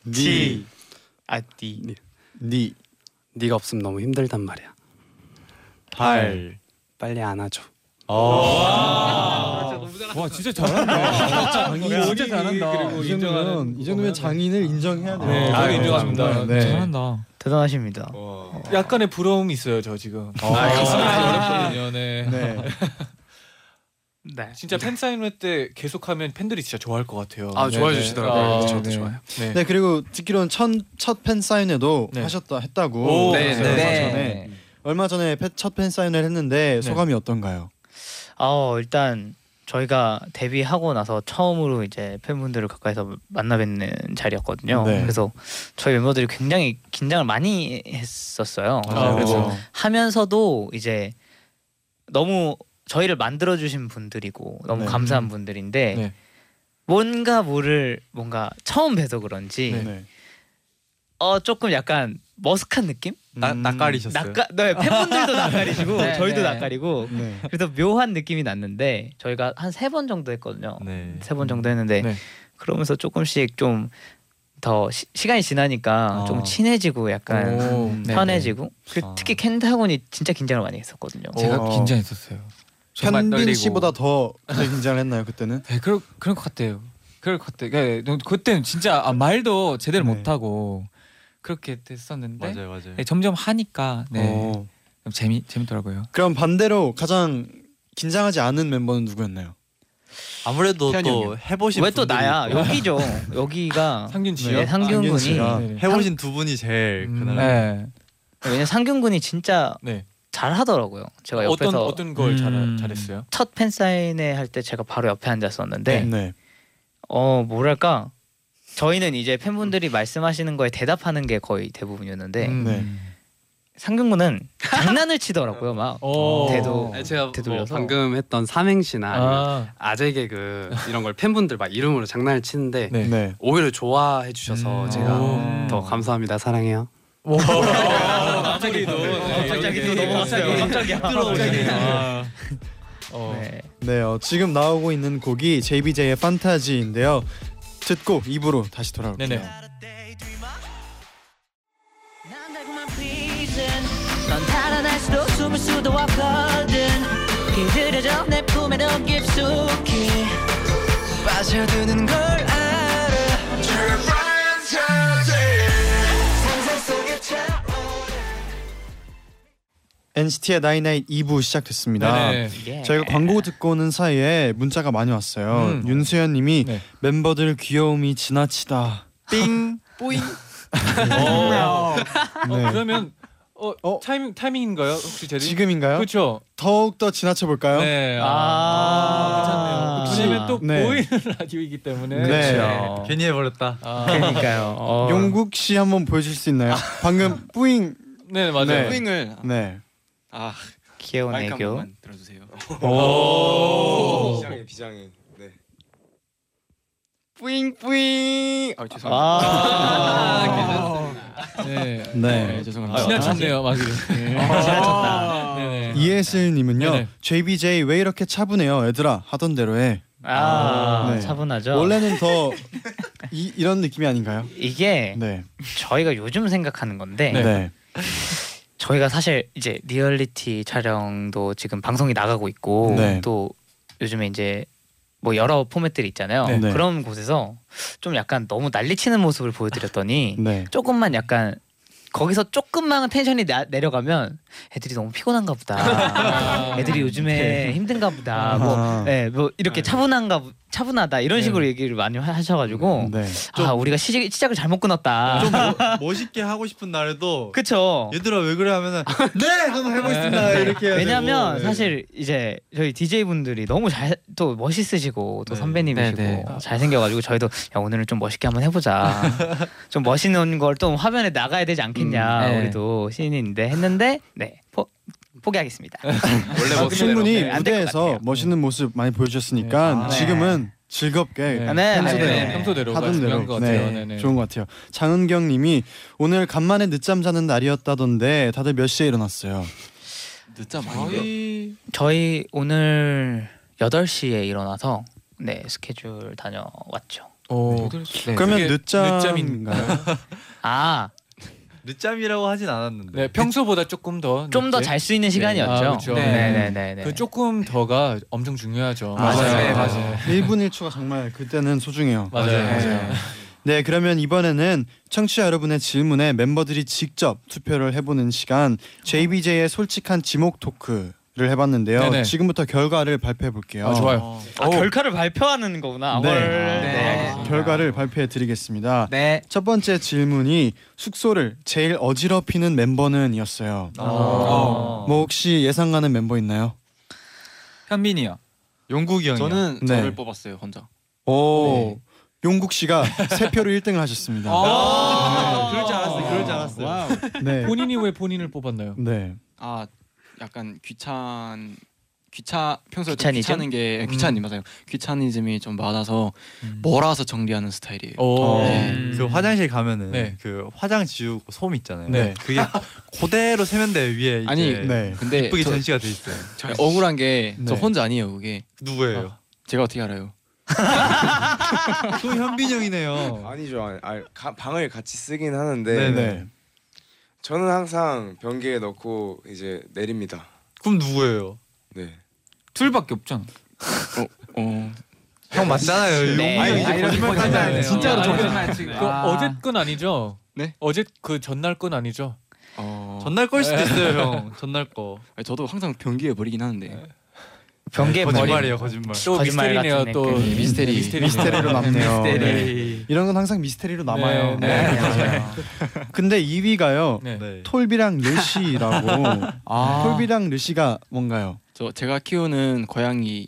D: 니.
E: 아띠
D: 니.
J: 네가 없으면 너무 힘들단 말이야. 네.
D: 발.
J: 빨리 안아줘.
H: 아.
B: 와 진짜 잘한다. 장인 진짜 잘한다. 아, 그리고
D: 이 정도면 어, 이 정도면 장인을 인정해야 돼요.
J: 아,
B: 네, 저도 인정합니다.
D: 정말, 아, 네.
F: 잘한다.
E: 대단하십니다.
B: 약간의 부러움이 있어요 저 지금. 아, 어렵거든요. 네.
D: 네.
E: 네.
B: 진짜 팬 사인회 때 계속하면 팬들이 진짜 좋아할 것 같아요.
J: 아
B: 네,
J: 좋아해
B: 네.
J: 주시더라고요.
B: 아,
J: 저도
B: 네.
J: 좋아요.
B: 네.
D: 네 그리고 듣기로는 첫첫팬 사인회도
B: 네.
D: 하셨다 했다고
B: 오,
D: 네, 네.
J: 네,
D: 얼마
J: 네.
D: 전에 얼마 전에 첫팬 사인회 를 했는데 소감이 어떤가요?
E: 아 일단 저희가 데뷔하고 나서 처음으로 이제 팬분들을 가까이서 만나뵙는 자리였거든요.
D: 네.
E: 그래서 저희 멤버들이 굉장히 긴장을 많이 했었어요.
B: 아,
D: 네,
E: 그래서
B: 그렇죠.
E: 하면서도 이제 너무 저희를 만들어 주신 분들이고 너무
D: 네.
E: 감사한 분들인데
B: 네.
E: 뭔가 모를 뭔가 처음 뵈서 그런지
D: 네.
E: 어 조금 약간 머쓱한 느낌?
F: 나 낯가리셨어요.
E: 낯가 네, 팬분들도 낯가리시고
F: 네,
E: 저희도
F: 네.
E: 낯가리고
D: 네.
E: 그래서 묘한 느낌이 났는데 저희가 한 세 번 정도 했거든요.
F: 네.
E: 세 번 정도 했는데
B: 네.
E: 그러면서 조금씩 좀 더 시간이 지나니까
F: 어.
E: 좀 친해지고 약간
B: 아.
E: 음,
B: 오. 아.
F: 네.
E: 편해지고 그
F: 어.
E: 특히 켄타곤이 진짜 긴장을 많이 했었거든요.
F: 제가
D: 어.
F: 긴장했었어요. 정말
D: 현빈
F: 떨리고.
D: 씨보다 더 긴장을 했나요 그때는?
F: 네, 그런 그런 것 같아요. 그럴 것 같아요. 네, 너- 그때는 진짜 아, 말도 제대로
D: 네.
F: 못 하고 그렇게
B: 어.
F: 됐었는데
H: 맞아요, 맞아요.
F: 네, 점점 하니까 네,
D: 어.
F: 좀 재미 재밌더라고요.
D: 그럼 반대로 가장 긴장하지 않은 멤버는 누구였나요?
I: 아무래도
E: 태연이
I: 또 해보신
E: 왜 또 나야? 여기죠. 여기가
B: 뭐 상균 씨요.
E: 네, 상균
D: 안균
E: 군이
D: 씨가.
B: 네네.
H: 해보신 두 분이 제일
B: 음,
H: 그날
F: 네.
E: 왜냐 면 상균 군이 진짜
B: 네.
E: 잘 하더라고요. 제가
B: 어떤
E: 옆에서
B: 어떤 걸 잘,
F: 음.
B: 잘했어요?
E: 첫 팬사인회 할 때 제가 바로 옆에 앉았었는데
D: 네.
E: 어 뭐랄까 저희는 이제 팬분들이 말씀하시는 거에 대답하는 게 거의 대부분이었는데
B: 음.
D: 네.
E: 상균군은 장난을 치더라고요 막
B: 어.
E: 대도
J: 아니, 제가 뭐
E: 되돌려서.
J: 방금 했던 삼행시나 아니면
B: 아,
J: 아재 개그 이런 걸 팬분들 막 이름으로 장난을 치는데
B: 네.
D: 네.
J: 오히려 좋아해 주셔서
B: 음.
J: 제가
B: 오.
J: 더 감사합니다 사랑해요.
B: 갑자기 또 네,
E: 갑자기
B: 이렇게
E: 또 넘어갔어요.
B: 갑자기
E: 갑자기.
B: 들어오네. 아. 어.
E: 네.
D: 네, 어, 지금 나오고 있는 곡이 JBJ의 판타지인데요. 듣고 입으로 다시 돌아올게요.
B: 네네.
A: 난 달콤한 피즌 넌 달아날 수도 숨을 수도 없거든 길들여져 내 품에 넌 깊숙이 빠져드는 걸 알아 상상 속에 차오르
D: NCT의 나인나잇 2부 시작됐습니다.
B: 네네.
E: 예.
D: 저희가 광고 듣고 오는 사이에 문자가 많이 왔어요.
B: 음.
D: 윤수연님이
B: 네.
D: 멤버들 귀여움이 지나치다. 삥 뿌잉.
B: 어.
D: 네.
B: 어, 그러면 어,
D: 어?
B: 타이밍 타이밍인가요? 혹시 제리?
D: 지금인가요?
B: 그렇죠.
D: 더욱 더 지나쳐 볼까요?
B: 네.
E: 아.
B: 괜찮네요. 왜냐면 또
D: 아. 네.
B: 보이는 라디오이기 때문에.
D: 네.
E: 그렇죠.
H: 괜히 해버렸다.
B: 아.
E: 그러니까요. 어.
D: 용국 씨 한번 보여줄 수 있나요? 방금 뿌잉.
B: 네 맞아요.
D: 네.
I: 을
D: 네.
I: 아
E: 귀여운
I: 마이크 한
E: 애교.
I: 번만 들어주세요.
D: 네.
B: 오.
G: 비장해 비장해. 네.
I: 뿌잉 뿌잉. 아
B: 아. 네.
D: 네.
I: 네, 죄송합니다.
B: 아, 지나쳤네요, 막이.
D: 아,
F: 지나쳤다.
B: 네네.
D: 이예슬님은요
B: 네네.
D: JBJ 왜 이렇게 차분해요 애들아 하던 대로 해
E: 아,
D: 네.
E: 차분하죠.
D: 원래는 더 이, 이런 느낌이 아닌가요?
E: 이게
D: 네.
E: 저희가 요즘 생각하는 건데
D: 네.
E: 저희가 사실 이제 리얼리티 촬영도 지금 방송이 나가고 있고
D: 네.
E: 또 요즘에 이제 뭐 여러 포맷들이 있잖아요.
D: 네.
E: 그런 곳에서 좀 약간 너무 난리치는 모습을 보여드렸더니
D: 네.
E: 조금만 약간 거기서 조금만 텐션이 나- 내려가면 애들이 너무 피곤한가 보다. 애들이 요즘에 힘든가 보다. 뭐,
D: 아.
E: 네, 뭐 이렇게 차분한가 보- 차분하다 이런 식으로 얘기를 많이 하-
B: 어.
E: 하셔가지고
D: 네.
E: 아 우리가 시작, 시작을 잘못 끊었다.
D: 좀
H: 뭐, 멋있게 하고 싶은 날에도
E: 그쵸.
H: 얘들아 왜 그래 하면은 네 한번 해보겠습니다 이렇게 해야
E: 왜냐면
H: 되고. 네.
E: 사실 이제 저희 DJ 분들이 너무 잘 또 멋있으시고 또
H: 네.
E: 선배님이시고
I: 네,
E: 잘 생겨가지고 저희도 야 오늘은 좀 멋있게 한번 해보자 좀 멋있는 걸 또 화면에 나가야 되지 않겠냐
I: 음, 네.
E: 우리도 신인인데 했는데 네 포, 포기하겠습니다.
D: 아,
I: 원래
D: 충분히
E: 네, 안될것
D: 무대에서
E: 같아요.
D: 멋있는 모습 많이 보여주셨으니까
B: 아,
E: 네.
D: 지금은 즐겁게
B: 네.
E: 아, 네,
B: 평소대로,
E: 네, 네.
B: 평소대로가
D: 하던
B: 중요한
D: 대로
B: 것 같아요.
D: 네,
B: 네. 네.
D: 좋은 것 같아요. 장은경님이 오늘 간만에 늦잠 자는 날이었다던데 다들 몇 시에 일어났어요?
I: 늦잠 아니에요?
F: 거의
E: 저희 오늘 8시에 일어나서 네 스케줄 다녀왔죠.
D: 어.
B: 오.
F: 여덟 시. 네.
D: 그러면
B: 그게
D: 늦잠인가요?
E: 아,
H: 늦잠이라고 하진 않았는데
B: 네, 평소보다 조금 더
E: 좀 더
B: 늦게?
E: 잘 수 있는
B: 아,
E: 시간이었죠.
B: 그렇죠.
E: 네, 네, 네, 네.
B: 그 조금 더가 엄청 중요하죠.
D: 맞아요.
F: 네, 맞아요.
D: 1분 1초가 정말 그때는 소중해요.
I: 네.
B: 맞아요. 맞아요.
D: 네, 그러면 이번에는 청취자 여러분의 질문에 멤버들이 직접 투표를 해보는 시간 JBJ의 솔직한 지목 토크를 해봤는데요.
B: 네네.
D: 지금부터 결과를 발표해 볼게요.
I: 네. 어.
B: 아, 좋아요.
E: 아, 결과를 발표하는 거구나.
D: 네.
E: 헐.
F: 네.
D: 결과를 발표해 드리겠습니다.
E: 네.
D: 첫 번째 질문이 숙소를 제일 어지럽히는 멤버는 이었어요.
F: 어.
D: 뭐 혹시 예상 가는 멤버 있나요?
F: 현민이요.
H: 용국이 형이
I: 저는
D: 네.
I: 저를 뽑았어요 혼자.
D: 오. 네. 용국 씨가 세 표로 1등을 하셨습니다.
F: 아,
H: 그럴 줄 알았어요 그럴 줄 알았어요
D: 네.
B: 본인이 왜 본인을 뽑았나요?
D: 네.
I: 아 약간 귀찮 귀차 평소에 좀
E: 귀차니즘?
I: 귀찮은 게 귀찮이 맞아요. 귀차니즘이 좀 많아서
B: 음.
I: 몰아서 정리하는 스타일이에요.
B: 오.
I: 네.
H: 그 화장실 가면은
B: 네.
H: 그 화장 지우고 솜 있잖아요.
B: 네.
H: 그게 그대로 세면대 위에 이제
I: 아니,
D: 네.
I: 근데
H: 예쁘게
I: 저-
H: 전시가 돼 있어요.
I: 저 억울한 게 저
D: 네.
I: 혼자 아니에요 그게.
H: 누구예요?
I: 제가 어떻게 알아요?
H: 또 현빈 형이네요.
G: 아니죠. 아니, 아니, 가- 방을 같이 쓰긴 하는데
D: 네.
G: 저는 항상 변기에 넣고 이제 내립니다.
H: 그럼 누구예요?
G: 네.
F: 둘밖에 없잖아.
I: 어
H: 형 맞잖아요.
E: 네.
H: 용국이
E: 아니,
H: 형이 거짓말 하지 않아요.
F: 진짜로
B: 아니,
F: 저거
B: 아니,
F: 지금.
B: 그 어제 건 아니죠?
I: 네?
B: 어제 그 전날 건 아니죠?
I: 어.
H: 전날 걸 수도 있어요, 형. 전날 거.
I: 아니, 저도 항상 변기에 버리긴 하는데 네.
E: 경계
H: 네.
E: 머리.
H: 거짓말이에요, 거짓말.
B: 또
E: 거짓말
B: 미스테리네요.
E: 같은
B: 또
E: 느낌.
I: 미스테리.
D: 미스테리로 남네요. 네.
H: 미스테리.
D: 이런 건 항상 미스테리로 남아요.
B: 네, 네,
D: 근데 2위가요.
B: 네.
H: 네.
D: 톨비랑 르시라고. 톨비랑 르시가 뭔가요?
I: 저 제가 키우는 고양이예요.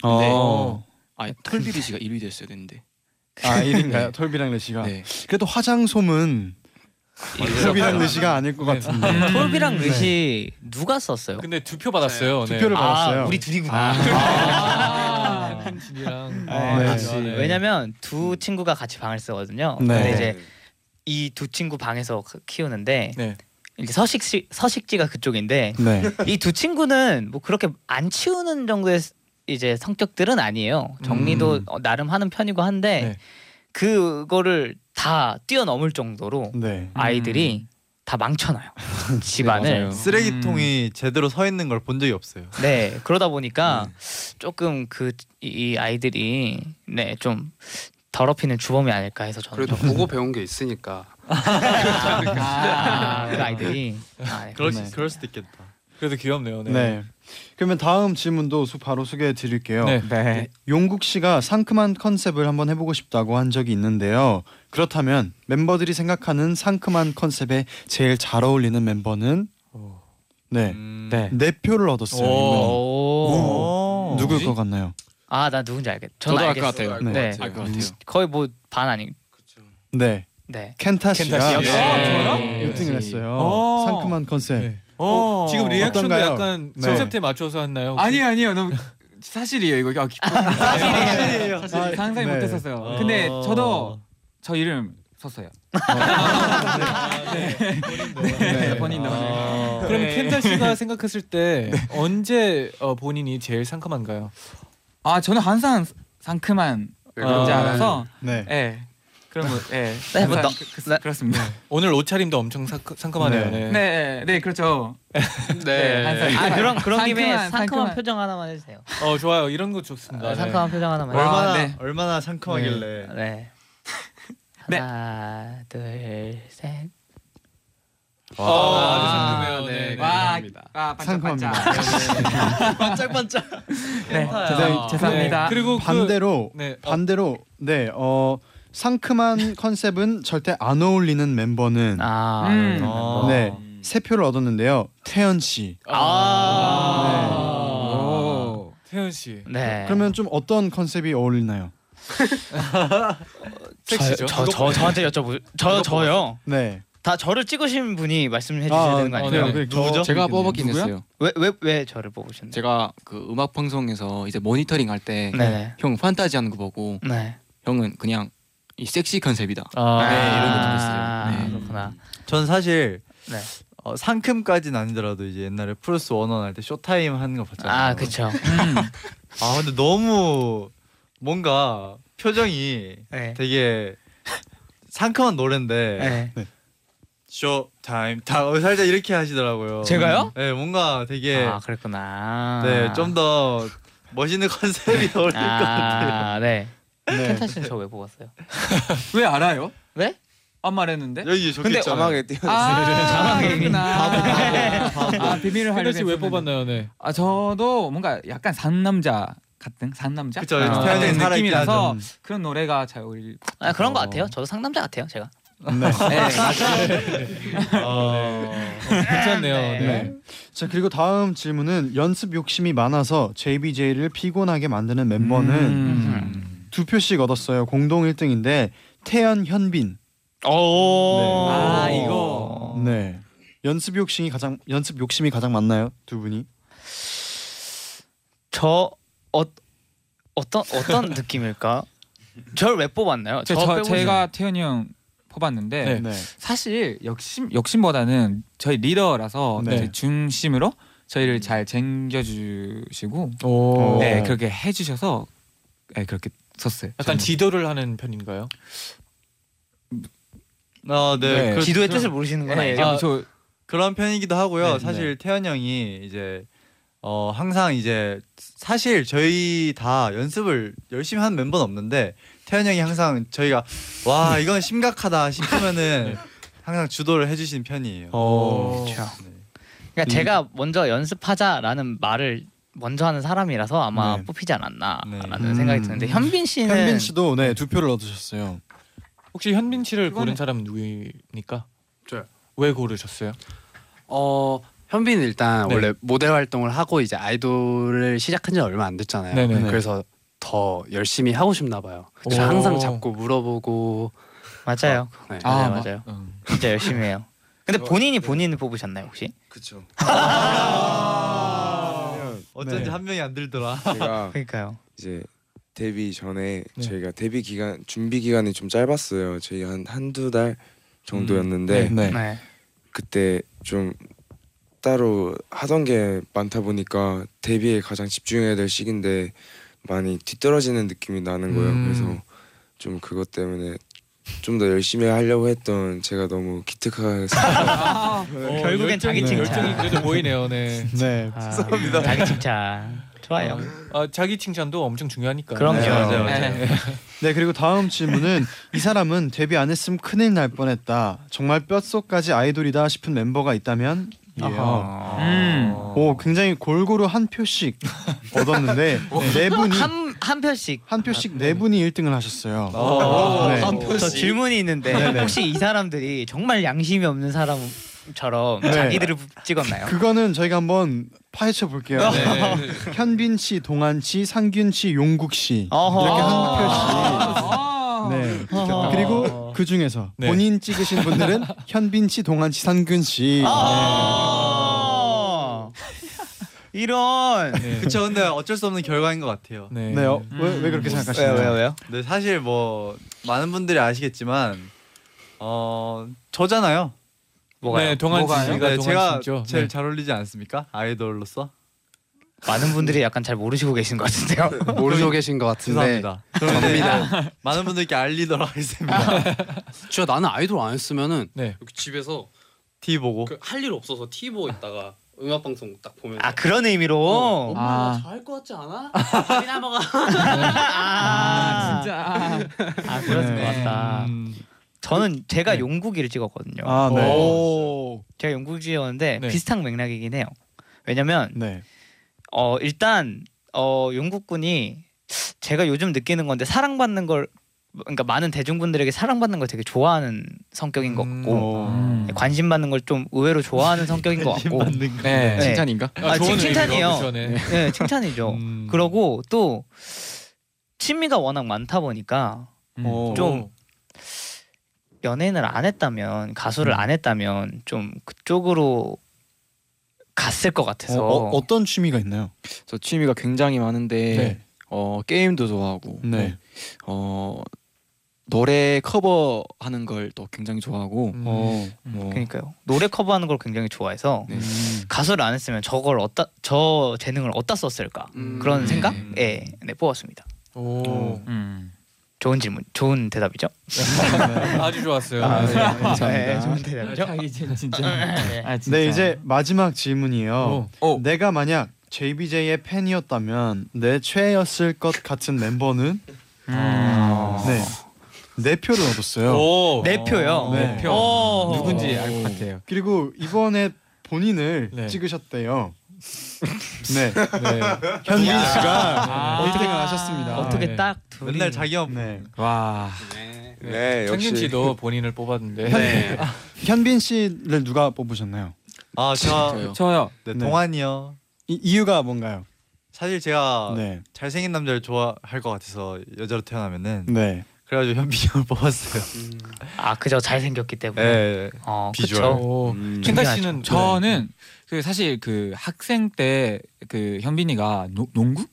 I: 근데
D: 어.
I: 아 톨비리 씨가 1위 됐어야 되는데.
D: 아 1인가요? 톨비랑 르시가.
I: 네.
D: 그래도 화장솜은 톨비랑 르시가 아닐 것 같은데.
E: 톨비랑 르시 누가 썼어요?
B: 근데 두 표 받았어요. 네.
D: 투표를 받았어요.
E: 아, 우리 둘이구나.
B: 아, 현진이랑
D: 아, 네.
B: 같이. 네.
E: 왜냐면 두 친구가 같이 방을 쓰거든요.
D: 네.
E: 근데 이제 이 두 친구 방에서 그- 키우는데
B: 네.
E: 이제 서식지 서식지가 그쪽인데
D: 네.
E: 이 두 친구는 뭐 그렇게 안 치우는 정도의 스- 이제 성격들은 아니에요. 정리도
D: 음.
E: 어, 나름 하는 편이고 한데
B: 네.
E: 그거를 다 뛰어넘을 정도로
D: 네.
E: 아이들이 다 망쳐놔요 집안을.
I: 맞아요.
H: 쓰레기통이 제대로 서 있는 걸 본 적이 없어요.
E: 네 그러다 보니까 조금 그 이 아이들이 네 좀 더럽히는 주범이 아닐까 해서 저는
J: 그래도
E: 좀
J: 보고 배운 게 있으니까
E: 아, 그 아이들이 아, 네.
H: 그럴 수 그럴 수도 있겠다.
B: 그래도 귀엽네요. 네.
D: 네. 그러면 다음 질문도 수- 바로 소개해 드릴게요.
B: 네.
D: 예, 용국 씨가 상큼한 컨셉을 한번 해보고 싶다고 한 적이 있는데요. 그렇다면 멤버들이 생각하는 상큼한 컨셉에 제일 잘 어울리는 멤버는 네.
B: 음.
H: 네.
D: 네 표를 얻었어요. 이분이.
E: 오.
B: 어.
H: 오.
D: 누굴 것 같나요?
E: 아 나 누군지 알겠다.
I: 저도
E: 저는
I: 알 것
E: 알겠어요.
I: 같아요.
D: 네.
E: 네.
I: 알 것 같아요.
E: 거의 뭐 반 아니.
D: 네.
E: 네.
D: 켄타 씨가
B: 씨.
I: 예.
D: 1등을 했어요.
B: 오.
D: 상큼한 컨셉.
B: 네.
F: 어.
B: 지금 리액션도
D: 어떤가요?
B: 약간
D: 네.
B: 컨셉에 맞춰서 했나요? 혹시?
F: 아니 아니요 너무 사실이에요 이거. 아, 기뻐.
H: 사실이에요.
F: 사실 상상이
H: 네.
F: 못했었어요. 근데
H: 어.
F: 저도 저 이름 썼어요. 네, 본인 넣어요.
B: 그럼
F: 네.
B: 켄타 씨가 생각했을 때 언제 어, 본인이 제일 상큼한가요?
F: 아 저는 항상 상큼한 남자라서
H: 네.
F: 예. 그런 거 예.
E: 네, 뭐
F: 항상
E: 너-
F: 그-
E: 나-
F: 그렇습니다.
B: 오늘 옷차림도 엄청 사, 상큼하네요.
H: 네.
B: 네.
F: 네, 네, 네 그렇죠. 네, 항상
E: 아 그런 그런 김에
F: 상큼한,
E: 상큼한,
F: 상큼한.
E: 표정 하나만 해주세요.
B: 어 좋아요. 이런 거 좋습니다.
E: 네,
B: 네.
E: 상큼한 표정 하나만.
H: 얼마나
F: 아, 네.
H: 얼마나 상큼하길래
E: 해주세요. 네.
F: 네.
E: 하나, 둘, 셋.
B: 어, 아주 상큼해요. 네. 네.
F: 와, 아,
H: 상큼합니다.
E: 반짝반짝.
F: 네,
E: 아,
D: 아.
F: 죄송, 죄송합니다.
B: 그리고
H: 반대로
B: 그, 네. 어,
H: 반대로 네 어. 상큼한 컨셉은 절대 안 어울리는 멤버는
E: 아,
F: 음.
D: 어.
E: 뭐.
H: 네. 세 표를 얻었는데요. 태연 씨.
B: 아.
F: 오.
B: 태연 씨.
E: 네.
H: 그러면 좀 어떤 컨셉이 어울리나요?
B: 섹시죠?
E: 저, 저, 저 저한테 여쭤보. 저 저요.
H: 네.
E: 다 저를 찍으신 분이 말씀해 주셔야 되는 거 아니에요?
B: 네.
H: 그래, 저-
J: 어,
B: 누구죠?
I: 제가
H: 모르겠네요.
I: 뽑았긴
H: 누구야?
I: 했어요.
E: 왜 왜 왜 저를 뽑으셨나요?
I: 제가 그 음악 방송에서 이제 모니터링 할 때 형
E: 네네.
I: 판타지 하는 거 보고
E: 네.
I: 형은 그냥 이 섹시 컨셉이다.
B: 아.
I: 네, 이런 것도
E: 아,
I: 있어요. 네.
E: 그렇구나.
H: 전 사실
E: 네.
H: 어, 상큼까지는 아니더라도 이제 옛날에 플러스 원원 할 때 쇼타임 하는 거 봤잖아요.
E: 아, 그렇죠.
H: 아, 근데 너무 뭔가 표정이
E: 네.
H: 되게 상큼한 노래인데
E: 네.
H: 쇼타임 다 어, 살짝 이렇게 하시더라고요.
E: 제가요?
H: 네, 뭔가 되게
E: 아, 그랬구나.
H: 네, 좀 더 멋있는 컨셉이 어울릴 것 같아요.
E: 아, 네.
H: 네.
E: 켄타 씨는 저 왜 뽑았어요?
F: 왜 알아요?
E: 왜?
F: 안 말했는데?
H: 여기 적혀
G: 근데 어,
H: 있잖아요.
G: 자막에 띄워.
F: 아, 그렇구나. 아, 비밀을
B: 켄타
F: 하려고
B: 씨왜
F: 했었는데.
B: 뽑았나요? 네.
F: 아, 저도 뭔가 약간 상남자 같은 상남자?
H: 그쵸,
F: 아,
H: 태양이
F: 같은
H: 살아있긴
F: 느낌이라서
H: 하죠.
F: 그런 노래가 잘 어울릴
E: 아, 그런 거 같아요. 저도 상남자 같아요, 제가.
H: 네.
B: 괜찮네요. 네.
H: 네. 자 그리고 다음 질문은 연습 욕심이 많아서 JBJ를 피곤하게 만드는 멤버는
F: 음.
H: 두 표씩 얻었어요. 공동 1등인데 태연 현빈.
D: 어.
E: 오.
H: 네.
F: 아, 이거.
H: 네. 연습 욕심이 가장 연습 욕심이 가장 많나요 두 분이?
E: 저 어, 어떤 어떤 느낌일까? 저를 왜 뽑았나요?
F: 저,
E: 빼고는-
F: 제가 태현이 형 뽑았는데
B: 네.
F: 사실 욕심 욕심보다는 저희 리더라서
H: 네.
F: 이제 중심으로 저희를 잘 챙겨주시고
B: 오.
F: 네 그렇게 해주셔서 네, 그렇게 썼어요.
B: 약간
F: 저는.
B: 지도를 하는 편인가요?
H: 아,
F: 네. 그렇죠.
E: 지도의 뜻을 모르시는 건
F: 네,
E: 아니죠?
F: 아, 저
H: 그런 편이기도 하고요.
B: 네,
H: 사실 태연 형이 이제 어 항상 이제 사실 저희 다 연습을 열심히 한 멤버는 없는데 태연 형이 항상 저희가 와 이건 심각하다 싶으면은 항상 주도를 해주시는 편이에요.
B: 오.
E: 그렇죠.
H: 네.
E: 그러니까 제가 먼저 연습하자라는 말을 먼저 하는 사람이라서 아마
H: 네.
E: 뽑히지 않았나라는
H: 네.
E: 생각이
H: 음.
E: 드는데 현빈 씨는
H: 현빈 씨도 네 두 표를 얻으셨어요.
B: 혹시 현빈 씨를 고른
F: 그거는-
B: 사람은 누구입니까?
J: 저요.
B: 왜 고르셨어요?
J: 어 현빈 은 일단
B: 네.
J: 원래 모델 활동을 하고 이제 아이돌을 시작한 지 얼마 안 됐잖아요.
B: 네네.
J: 그래서 더 열심히 하고 싶나 봐요. 그래서
B: 오.
J: 항상 잡고 물어보고
E: 맞아요.
J: 네.
E: 맞아요,
F: 마-
E: 맞아요.
F: 음.
E: 진짜 열심히 해요. 근데 본인이 본인을 뽑으셨나요 혹시?
G: 그쵸.
H: 어쩐지
B: 네.
H: 한 명이 안 들더라.
G: 제가
E: 그러니까요.
G: 이제 데뷔 전에
B: 네.
G: 저희가 데뷔 기간 준비 기간이 좀 짧았어요. 저희 한 한두 달 정도였는데
B: 음.
H: 네.
E: 네.
G: 그때 좀 따로 하던 게 많다 보니까 데뷔에 가장 집중해야 될 시기인데 많이 뒤떨어지는 느낌이 나는 거예요.
B: 음.
G: 그래서 좀 그것 때문에 좀 더 열심히 하려고 했던 제가 너무 기특하게
F: 아,
E: 결국엔 자기 칭찬.
B: 어, 열정이 그래도 보이네요. 네.
H: 네.
E: 아, 죄송합니다. 자기 칭찬. 좋아요.
B: 아, 자기 칭찬도 엄청 중요하니까.
E: 그럼요.
H: 네, 맞아요,
F: 네.
H: 맞아요. 네 그리고 다음 질문은 이 사람은 데뷔 안 했으면 큰일 날 뻔했다. 정말 뼛속까지 아이돌이다 싶은 멤버가 있다면 이에요.
E: 아하.
F: 음.
H: 오 굉장히 골고루 한 표씩 얻었는데 네 분이
E: 한, 한 편씩.
H: 한 표씩 네 분이 1등을 하셨어요.
E: 아,
H: 네.
E: 저 질문이 있는데 혹시 이 사람들이 정말 양심이 없는 사람처럼
H: 네.
E: 자기들을 찍었나요?
H: 그거는 저희가 한번 파헤쳐 볼게요. 네. 현빈 씨, 동한 씨, 상균 씨, 용국 씨
E: 어허.
H: 이렇게 한 표씩.
F: 아,
H: 네.
E: 어.
H: 그리고 그 중에서
B: 네.
H: 본인 찍으신 분들은 현빈 씨, 동한 씨, 상균 씨.
E: 아.
H: 이런. 그쵸. 근데 어쩔 수 없는 결과인 것 같아요.
D: 네, 어, 왜, 왜 그렇게 생각하시나요?
H: 네, 사실 뭐 많은 분들이 아시겠지만 어 저잖아요.
E: 뭐가요? 네,
B: 동안
H: 뭐가요?
B: 지지가
H: 네,
B: 동안
H: 제가
B: 지지죠.
H: 제일
B: 네.
H: 잘 어울리지 않습니까? 아이돌로서.
E: 많은 분들이 약간 잘 모르시고 계신 것
H: 네.
E: 같은데요.
J: 모르고 계신 것 같은데.
H: 죄송합니다. 그럼 이제 많은 분들께 알리도록 하겠습니다.
J: 진짜 나는 아이돌 안 했으면은
B: 네.
J: 이렇게 집에서 그
H: 티 보고.
J: 할 일 없어서 TV 보고 있다가 음악 방송 딱 보면
E: 아 그런 의미로.
H: 어.
J: 엄마가
F: 아.
J: 잘할 것 같지 않아? 밥이나 먹어.
E: 아,
F: 진짜.
E: 아 그런 것 같다.
H: 음.
E: 저는
H: 네.
E: 제가 용국이를 찍었거든요.
D: 아, 네.
H: 오.
E: 제가 용국을 찍었는데
B: 네.
E: 비슷한 맥락이긴 해요. 왜냐면
D: 네.
E: 어 일단 어 용국군이 제가 요즘 느끼는 건데 사랑받는 걸 그러니까 많은 대중분들에게 사랑받는 걸 되게 좋아하는 성격인 것 같고 네,
D: 오.
I: 아.
F: 음.
E: 관심 받는 걸 좀 의외로 좋아하는 성격인 것 같고
H: 맞는 거.
F: 네.
E: 네.
F: 칭찬인가?
D: 어,
E: 아,
B: 좋은
E: 칭찬이에요.
B: 의미로, 그쵸, 네.
E: 네, 칭찬이죠.
H: 음.
E: 그러고 또 취미가 워낙 많다 보니까
H: 오.
E: 좀 연예인을 안 했다면 가수를 안 했다면 좀 그쪽으로 갔을 것
D: 어,
E: 같아서
D: 어, 어떤 취미가 있나요?
I: 저 취미가 굉장히 많은데
D: 네.
I: 어 게임도 좋아하고
D: 네.
I: 어 노래 커버하는 걸 또 굉장히 좋아하고
B: 음.
D: 어, 뭐.
E: 그러니까요 노래 커버하는 걸 굉장히 좋아해서
I: 네.
E: 가수를 안 했으면 저걸 어따 저 재능을 어디다 썼을까
J: 음.
E: 그런
I: 음.
E: 생각 예 네, 뽑았습니다
B: 오.
F: 음.
E: 좋은 질문 좋은 대답이죠
B: 아주 좋았어요.
D: 아, 네.
B: 네.
E: 예,
D: 감사합니다.
E: 좋은 대답이죠
F: 아, 이제 진짜.
E: 네.
F: 아, 진짜.
D: 네, 이제 마지막 질문이에요.
B: 오.
D: 내가 만약 JBJ의 팬이었다면 내 최애였을 것 같은 멤버는
F: 음.
D: 네. 네 표를 얻었어요.
B: 오.
E: 네 표요
H: 어,
D: 네.
F: 표.
E: 오.
F: 누군지 알 것 같아요.
D: 그리고 이번에 본인을
B: 네.
D: 찍으셨대요. 네.
B: 네.
D: 현민 씨가
F: 아.
D: 어떻게 하셨습니다.
E: 어떻게
B: 네.
E: 딱 둘이
H: 맨날 자기만
D: 네.
F: 와.
J: 네.
G: 네,
B: 창균
G: 역시
B: 씨도 본인을 뽑았는데.
J: 네.
D: 현빈 씨를 누가 뽑으셨나요?
H: 아, 저
I: 저요.
F: 저요.
H: 네,
D: 네.
H: 동안이요.
D: 이, 이유가 뭔가요?
H: 사실
J: 아,
H: 제가
D: 네.
H: 잘생긴 남자를 좋아할 것 같아서 여자로 태어나면은
D: 네.
H: 그래가지고 현빈이 형을 뽑았어요.
E: 아 그저 잘생겼기 때문에
H: 네.
E: 어
H: 비주얼.
E: 그쵸
B: 오.
I: 음.
B: 켄타
E: 중요하죠.
B: 씨는
F: 네. 저는 그 사실 그 학생 때 그 현빈이가 노, 농구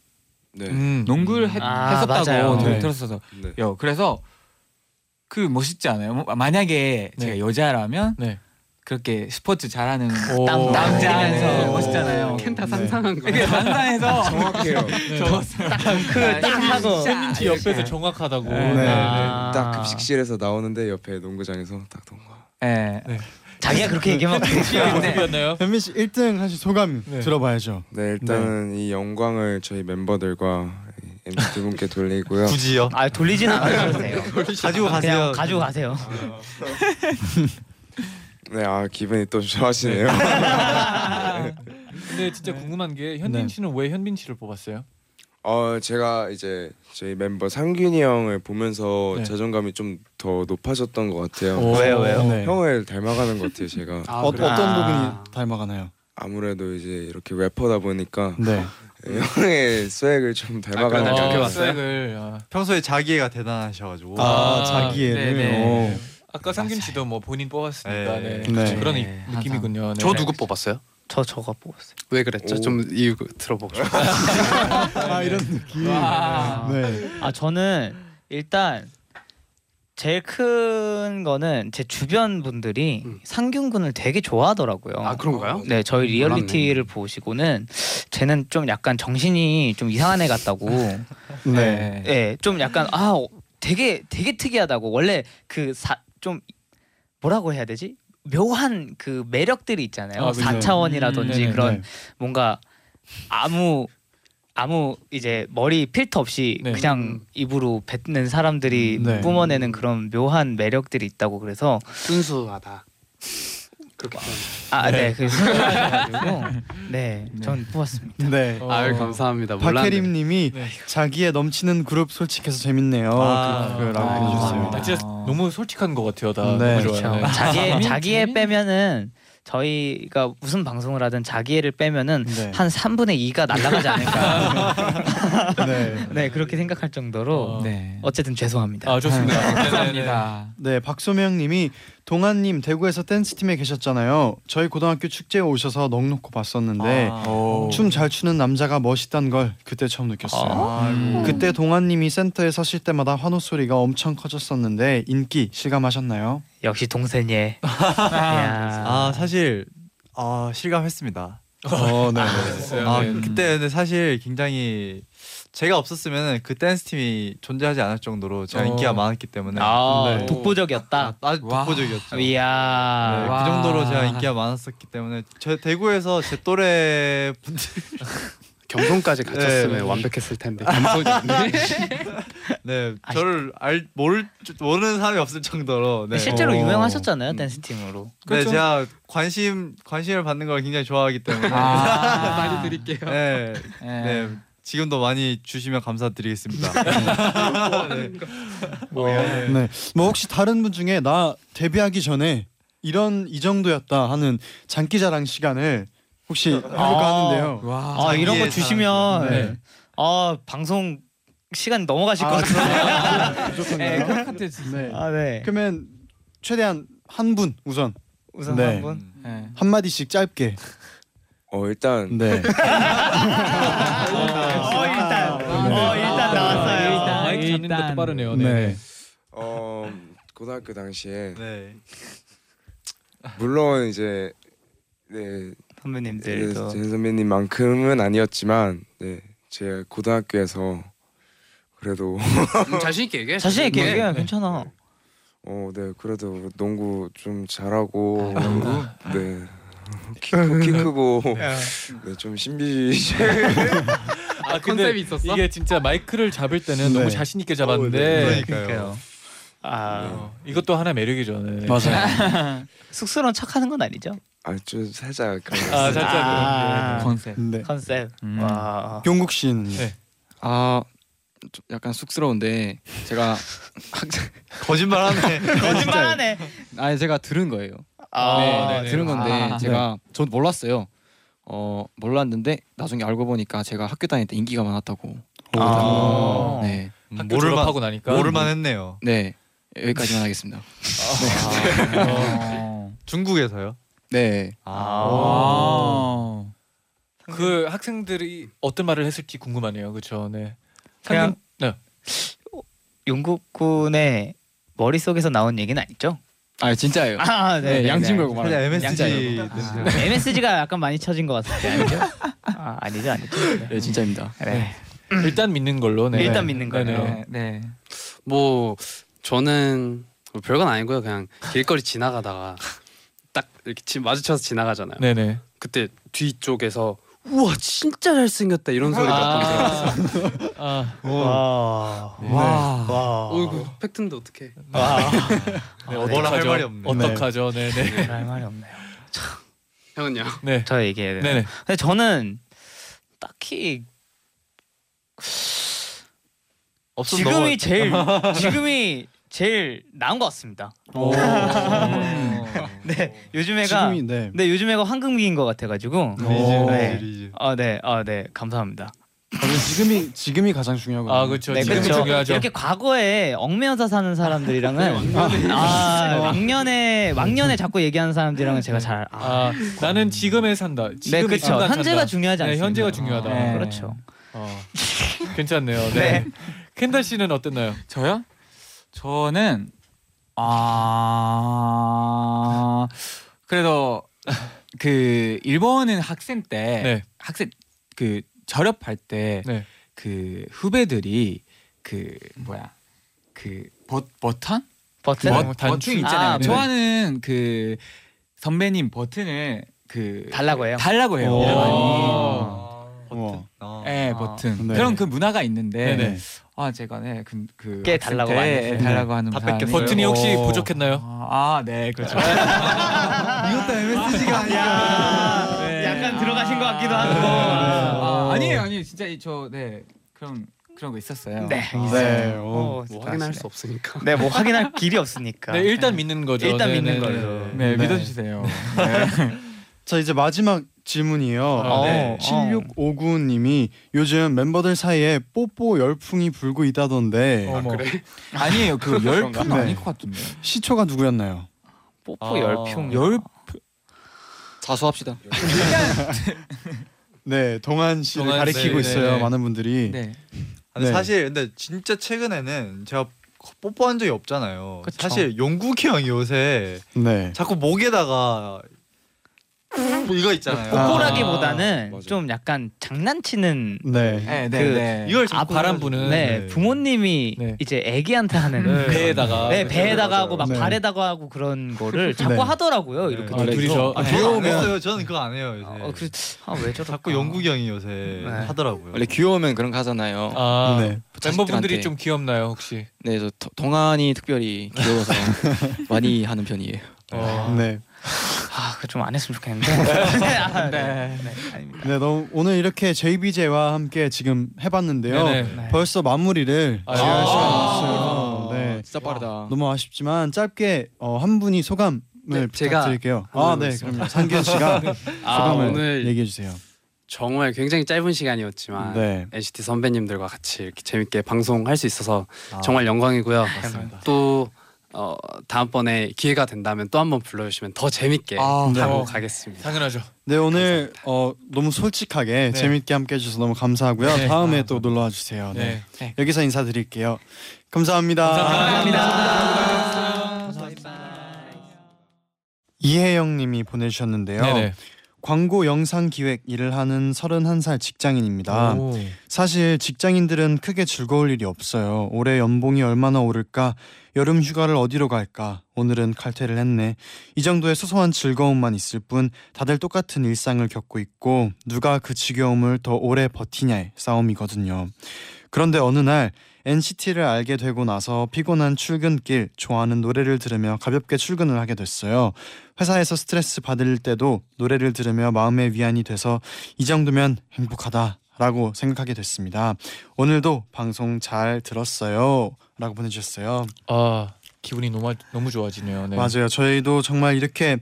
G: 네.
B: 음.
F: 농구를 했,
E: 아,
F: 었다고
E: 맞아요.
B: 네.
F: 들었어서
G: 네.
F: 요 그래서 그 멋있지 않아요? 뭐, 만약에
B: 네.
F: 제가 여자라면
B: 네.
F: 그렇게 스포츠 잘하는
B: 오.
E: 남-
F: 남자면서
E: 오.
F: 멋있잖아요.
D: 네.
J: 켄타 상상한 거.
F: 이게 만장에서
G: 정확해요.
B: 아, 그
E: 딱 하고
B: 현민씨 옆에서 정확하다고.
F: 네.
D: 네.
E: 아.
G: 딱 급식실에서 나오는데 옆에 농구장에서 딱 동과.
F: 예.
E: 자기가 그렇게 얘기하면
B: 누구였나요?
D: 현빈 씨 1등 하신 소감
B: 네.
D: 들어봐야죠.
G: 네, 일단은 이 영광을 저희 멤버들과 MC 두 분께 돌리고요.
H: 굳이요.
E: 아 돌리진 않아도 돼요
H: 가지고 가세요.
E: 그냥 가지고 가세요
G: 네, 아 기분이 또 좋아지네요.
B: 근데 진짜 궁금한 게 현빈
D: 네.
B: 씨는 왜 현빈 씨를 뽑았어요?
G: 어 제가 이제 저희 멤버 상균이 형을 보면서
B: 네.
G: 자존감이 좀 더 높아졌던 것 같아요.
E: 왜요, 왜요?
D: 네.
G: 형을 닮아가는 것 같아요, 제가.
J: 아,
D: 어,
J: 그래요?
D: 어떤
E: 아.
D: 부분이 닮아가나요?
G: 아무래도 이제 이렇게 래퍼다 보니까
D: 네.
G: 형의 스웩을 좀 닮아가는
J: 아,
G: 것
J: 그렇게
G: 같아요.
J: 봤어요?
B: 스웩을 아.
H: 평소에 자기애가 대단하셔가지고.
D: 아,
B: 아,
D: 자기애를.
F: 네네.
D: 오.
B: 아까 상균 씨도 뭐 본인 뽑았으니까
H: 네.
B: 네.
D: 네.
B: 그런 이-
E: 네,
B: 느낌이군요. 네.
J: 저 누구 뽑았어요?
E: 저 저거 뭐- 뽑았어요
J: 왜 그랬죠?
G: 오.
J: 좀 이유 들어보고 싶어요.
D: 아 이런 느낌. 네.
E: 아 저는 일단 제일 큰 거는 제 주변 분들이
J: 음.
E: 상균 군을 되게 좋아하더라고요.
J: 아 그런가요?
E: 네 저희 리얼리티를 보시고는 쟤는 좀 약간 정신이 좀 이상한 애 같다고.
D: 네.
E: 네, 좀 약간 아 어, 되게 되게 특이하다고. 원래 그 좀 뭐라고 해야 되지? 묘한 그 매력들이 있잖아요.
B: 아, 그죠.
E: 사 4차원이라든지
B: 음, 네네.
E: 그런
D: 네.
E: 뭔가 아무 아무 이제 머리 필터 없이
B: 네.
E: 그냥 입으로 뱉는 사람들이
D: 네.
E: 뿜어내는 그런 묘한 매력들이 있다고 그래서
J: 순수하다. 그렇게.
E: 아 네그 생각해가지고 네전 뽑았습니다.
D: 네.
B: 어.
J: 아유 감사합니다. 몰랐는데.
D: 박혜림님이
B: 네.
D: 자기의 넘치는 그룹 솔직해서 재밌네요.
H: 아,
D: 그, 그라고
H: 아,
D: 해주셨어요.
B: 아, 진짜 너무 솔직한 것 같아요. 다 너무 좋아요.
D: 네.
B: 네.
E: 그렇죠. 그러니까 자기 자기의 빼면은 저희가 무슨 방송을 하든 자기애를 빼면은
D: 네.
E: 한 3분의 2가 날아가지 않을까.
D: 네.
E: 네 그렇게 생각할 정도로
B: 어.
F: 네.
E: 어쨌든 죄송합니다.
B: 아 좋습니다.
F: 감사합니다.
D: 네. 박소명님이 동아님 대구에서 댄스팀에 계셨잖아요. 저희 고등학교 축제에 오셔서 넉넉히 봤었는데 춤 잘 추는 남자가 멋있단 걸 그때 처음 느꼈어요. 그때 동아님이 센터에 서실 때마다 환호 소리가 엄청 커졌었는데 인기 실감하셨나요?
E: 역시 동생예.
H: 아 사실 아 실감했습니다.
D: 어, 네.
H: 아 그때 근데 사실 굉장히 제가 없었으면 그 댄스 팀이 존재하지 않을 정도로 제가
B: 어.
H: 인기가 많았기 때문에
E: 아, 그렇죠.
H: 네.
E: 독보적이었다.
H: 아주 독보적이었죠. 네,
E: 이야.
H: 그 정도로 제가 인기가 많았었기 때문에 제 대구에서 제 또래 분들
J: 경동까지 갖췄으면
H: 네.
J: 완벽했을 텐데 감성이
H: 네
E: 아,
H: 저를 알 모를 줄- 모르는 사람이 없을 정도로 네.
E: 실제로
H: 어.
E: 유명하셨잖아요 그렇죠. 댄스 팀으로.
H: 네 제가 관심 관심을 받는 걸 굉장히 좋아하기 때문에
J: 많이 드릴게요.
H: 네,
F: 아, 네.
H: 네 지금도 많이 주시면 감사드리겠습니다.
D: 네. 뭐 혹시 다른 분 중에 나 데뷔하기 전에 이런 이 정도였다 하는 장기자랑 시간을 혹시 해볼까 하는데요.
F: 와.
E: 아 이런 거
H: 자기의
E: 주시면
H: 네.
E: 아 방송 시간 넘어가실 것 같아요.
D: 무조건가요? 네.
E: 아 네.
D: 그러면 최대한 한 분 우선
E: 우선
D: 네.
E: 한 분.
F: 네.
D: 한 마디씩 짧게.
G: 어 일단
D: 네.
E: 어 일단
F: 아,
E: 어 일단 나왔어요.
B: 마이크 잡는 것도 빠르네요. 네.
D: 네.
G: 어 고등학교 당시에
H: 네.
G: 물론 이제 네
E: 선배님들도
G: 제 선배님만큼은 아니었지만 네, 제 고등학교에서 그래도
J: 자신 있게 얘기해.
E: 자신 있게 네. 얘기하면 괜찮아.
G: 어, 네 그래도 농구 좀 잘하고
F: 농구?
G: 네. 키, 크- 키 크고 네, 좀 신비주의
B: 아
J: 컨셉이 있었어?
B: 이게 진짜 마이크를 잡을 때는
D: 네.
B: 너무 자신 있게 잡았는데
H: 어, 그러니까요.
E: 아
B: 어, 이것도 하나 매력이죠. 네.
D: 맞아요.
E: 쑥스러운 척하는 건 아니죠.
G: 아좀 살짝
B: 아
G: 그런
B: 살짝
E: 아.
F: 컨셉.
D: 네.
E: 컨셉.
F: 음.
E: 와.
D: 용국 씨는
B: 네.
I: 아, 좀 약간 쑥스러운데 제가
H: 거짓말하네.
E: 거짓말하네.
I: 아 제가 들은 거예요.
E: 아,
B: 네,
I: 들은 건데
E: 아.
I: 제가
J: 네.
I: 전 몰랐어요. 어 몰랐는데 나중에 알고 보니까 제가 학교 다닐 때 인기가 많았다고.
E: 네.
J: 어.
E: 아.
I: 네,
B: 학교
H: 음, 모를 만-
B: 졸업하고 나니까
H: 모를만 했네요.
I: 네 여기까지만 하겠습니다.
F: 어.
H: 중국에서요? 아.
I: 네,
J: 아.
F: 아.
B: 그 학생들이 어떤 말을 했을지 궁금하네요. 그렇죠. 네.
E: 그냥-
B: 상금- 네.
E: 용국 군의 머릿속에서 나온 얘기는 아니죠?
I: 아 진짜예요.
E: 아,
I: 네, 양심 걸고
H: 그냥
I: 말하는.
H: MSG.
I: 양자예요.
H: 냄새.
E: MSG가 약간 많이 쳐진 것 같은데 아니죠? 아, 아니죠, 아니죠.
I: 네 진짜입니다.
E: 그래.
B: 일단 믿는 걸로. 네.
E: 일단 믿는 거네요.
B: 네네.
F: 네. 네.
J: 뭐 저는 뭐 별건 아니고요. 그냥 길거리 지나가다가 딱 이렇게 지- 마주쳐서 지나가잖아요.
B: 네네.
J: 그때 뒤쪽에서 우와 진짜 잘생겼다 이런 소리 몇번
E: 아, 네.
J: 들었어요.
B: 아,
E: 와.
H: 와.
E: 와.
J: 어이구 팩트인데 어떡해.
E: 와.
B: 네,
H: 아, 뭐라 할
B: 어떡하죠?
H: 말이 없네.
B: 어떡하죠? 네네.
E: 할 말이 없네요.
J: 형은요?
B: 네.
E: 저 얘기해요.
B: 네네.
E: 근데 저는 딱히
H: 없으면
E: 지금이 제일 지금이 제일 나은 것 같습니다. 네, 요즘 애가
D: 지금이 네. 어.
E: 네 요즘 애가 황금기인 것 같아가지고.
D: 오.
E: 네.
H: 리즈.
E: 아 네, 아 네, 감사합니다.
D: 저는 지금이 지금이 가장 중요하고.
B: 아 그렇죠.
E: 네,
B: 지금이
E: 그쵸.
B: 중요하죠. 네,
E: 이렇게 과거에 얽매여서 사는 사람들이랑은 아 왕년에 왕년에 자꾸 얘기하는 사람들이랑은 제가 잘 아,
B: 아 나는 지금에 산다.
E: 네,
B: 지금이
E: 그렇죠.
B: 산다,
E: 현재가
B: 산다.
E: 중요하지
B: 네,
E: 않습니다.
B: 현재가 중요하다.
E: 아, 그렇죠.
B: 어. 괜찮네요. 네. 켄달 씨는 어땠나요?
F: 저요? 저는 아 그래도 그 일본은 학생 때
B: 네.
F: 학생 그 절협할 때 그
B: 네.
F: 후배들이 그 뭐야 그 버, 버튼
E: 버튼.
B: 뭐?
F: 버-
B: 단추?
F: 버튼 있잖아요.
E: 아, 네.
F: 좋아하는 그 선배님 버튼을 그
E: 달라고 해요.
F: 달라고 해요.
D: 오.
F: 많이.
D: 우와.
H: 어.
F: 예,
E: 아.
F: 버튼.
D: 네.
F: 그런 그 문화가 있는데
B: 네네.
F: 아 제가 네, 그, 그
E: 꽤
F: 학생
E: 달라고
F: 때
E: 많이 했어요.
F: 달라고 하는
E: 다
F: 사람이-
E: 뺏겼어요.
B: 버튼이 혹시
F: 오.
B: 부족했나요?
F: 아, 네, 그렇죠.
H: 이것도 MSG가
E: 야,
H: 아니야.
B: 네.
E: 약간 들어가신 것 같기도
F: 아,
E: 하고.
F: 아니에요, 아니에요. 진짜 이- 저 네. 그런 그런 거 있었어요.
E: 네.
B: 아.
D: 네.
H: 어,
D: 오.
E: 오,
J: 뭐 확인할 수 없으니까.
E: 네, 뭐 확인할 길이 없으니까.
B: 네, 일단 믿는 거죠.
E: 일단
B: 네,
E: 믿는
B: 네, 네.
E: 걸로.
F: 네,
D: 네.
F: 믿어주세요. 네.
D: 자 이제 마지막 질문이에요.
B: 아,
D: 어.
E: 네.
D: 7659님이 요즘 멤버들 사이에 뽀뽀 열풍이 불고 있다던데
B: 네. 어머.
F: 아니에요, 그 열풍 아닐 것 같은데.
D: 시초가 누구였나요?
H: 어.
E: 뽀뽀
B: 아.
E: 열풍.
F: 열
I: 자수합시다.
D: 네, 동한 씨를
F: 동한
D: 가리키고
F: 씨,
D: 있어요.
F: 네네.
D: 많은 분들이.
F: 네.
D: 네.
H: 근데 사실 근데 진짜 최근에는 제가 뽀뽀한 적이 없잖아요.
E: 그쵸.
H: 사실 용국이 형이 요새
D: 네.
H: 자꾸 목에다가 뭐 이거 있잖아요.
D: 아.
E: 뽀뽀라기보다는
G: 맞아.
E: 좀 약간 장난치는
D: 네.
F: 네,
E: 그
F: 네, 네.
H: 이걸
E: 아,
H: 자꾸
B: 바람 부는
E: 네,
H: 네.
E: 부모님이
B: 네.
E: 이제 애기한테 하는
H: 네.
B: 배에다가
E: 네,
G: 맞아요.
E: 배에다가 하고 막
D: 네.
E: 발에다가 하고 그런 거를 자꾸
D: 네.
E: 하더라고요.
H: 네.
E: 이렇게
H: 아,
E: 둘이서.
B: 둘이서?
E: 아,
H: 아,
E: 네.
H: 저는 안 했어요. 저는 그거 안 해요 요새.
E: 아, 그, 아, 왜 저럴까?
H: 자꾸 용국이 형이 요새
E: 네.
H: 하더라고요.
I: 원래 귀여우면 그런 거 하잖아요.
B: 아
D: 네.
B: 멤버분들이
I: 자식들한테.
B: 좀 귀엽나요 혹시?
I: 네, 저 도- 동안이 특별히 귀여워서 많이 하는 편이에요.
B: 어.
D: 네.
E: 아, 그좀 안 했으면 좋겠는데. 네, 아, 네. 네, 아닙니다.
D: 네, 너무 오늘 이렇게 JBJ와 함께 지금 해 봤는데요.
B: 네네.
E: 네.
D: 벌써 마무리를
B: 아,
D: 지어야 할
B: 아.
D: 시간이 왔어요. 네.
I: 진짜 빠르다.
D: 너무 아쉽지만 짧게 어, 한 분이 소감을
J: 네, 제가
D: 부탁드릴게요.
J: 한번
D: 아, 네.
J: 해보겠습니다.
D: 그럼요. 상균 씨가
J: 아
D: 소감을
J: 오늘
D: 얘기해 주세요.
J: 정말 굉장히 짧은 시간이었지만
D: 네.
J: NCT 선배님들과 같이 이렇게 재밌게 방송할 수 있어서 정말 영광이고요. 또 어, 다음번에 기회가 된다면 또 한번 불러주시면 더 재밌게
D: 아, 네.
J: 하고 가겠습니다.
B: 당연하죠.
D: 네 오늘 어, 너무 솔직하게
B: 네.
D: 재밌게 함께 해주셔서 너무 감사하고요.
B: 네.
D: 다음에 또 놀러 와주세요. 네.
B: 네.
D: 여기서 인사드릴게요. 감사합니다. 이혜영님이 보내주셨는데요.
B: 네네.
D: 광고 영상 기획 일을 하는 31살 직장인입니다.
B: 오.
D: 사실 직장인들은 크게 즐거울 일이 없어요. 올해 연봉이 얼마나 오를까? 여름 휴가를 어디로 갈까? 오늘은 칼퇴를 했네. 이 정도의 소소한 즐거움만 있을 뿐 다들 똑같은 일상을 겪고 있고 누가 그 지겨움을 더 오래 버티냐의 싸움이거든요. 그런데 어느 날 NCT를 알게 되고 나서 피곤한 출근길 좋아하는 노래를 들으며 가볍게 출근을 하게 됐어요. 회사에서 스트레스 받을 때도 노래를 들으며 마음의 위안이 돼서 이 정도면 행복하다라고 생각하게 됐습니다. 오늘도 방송 잘 들었어요라고 보내주셨어요.
B: 아 기분이 너무 너무 좋아지네요. 네.
D: 맞아요. 저희도 정말 이렇게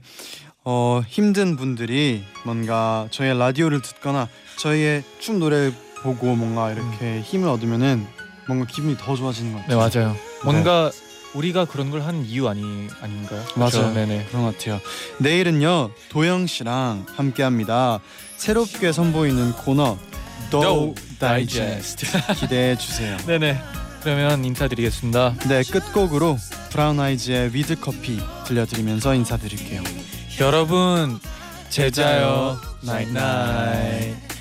D: 어, 힘든 분들이 뭔가 저희의 라디오를 듣거나 저희의 춤 노래 보고 뭔가 이렇게 힘을 얻으면은 뭔가 기분이 더 좋아지는 것
B: 네
D: 같아요.
B: 맞아요. 뭔가 우리가 그런 걸 하는 이유 아니 아닌가요? 그렇죠?
D: 맞아요.
B: 네네.
D: 그런 것 같아요. 내일은요 도영 씨랑 함께합니다. 새롭게 선보이는 코너 더
B: No
D: 다이제스트 기대해 주세요.
B: 네네. 그러면 인사드리겠습니다.
D: 네 끝곡으로 브라운 아이즈의 위드 커피 들려드리면서 인사드릴게요.
B: 여러분 제자요 나잇나잇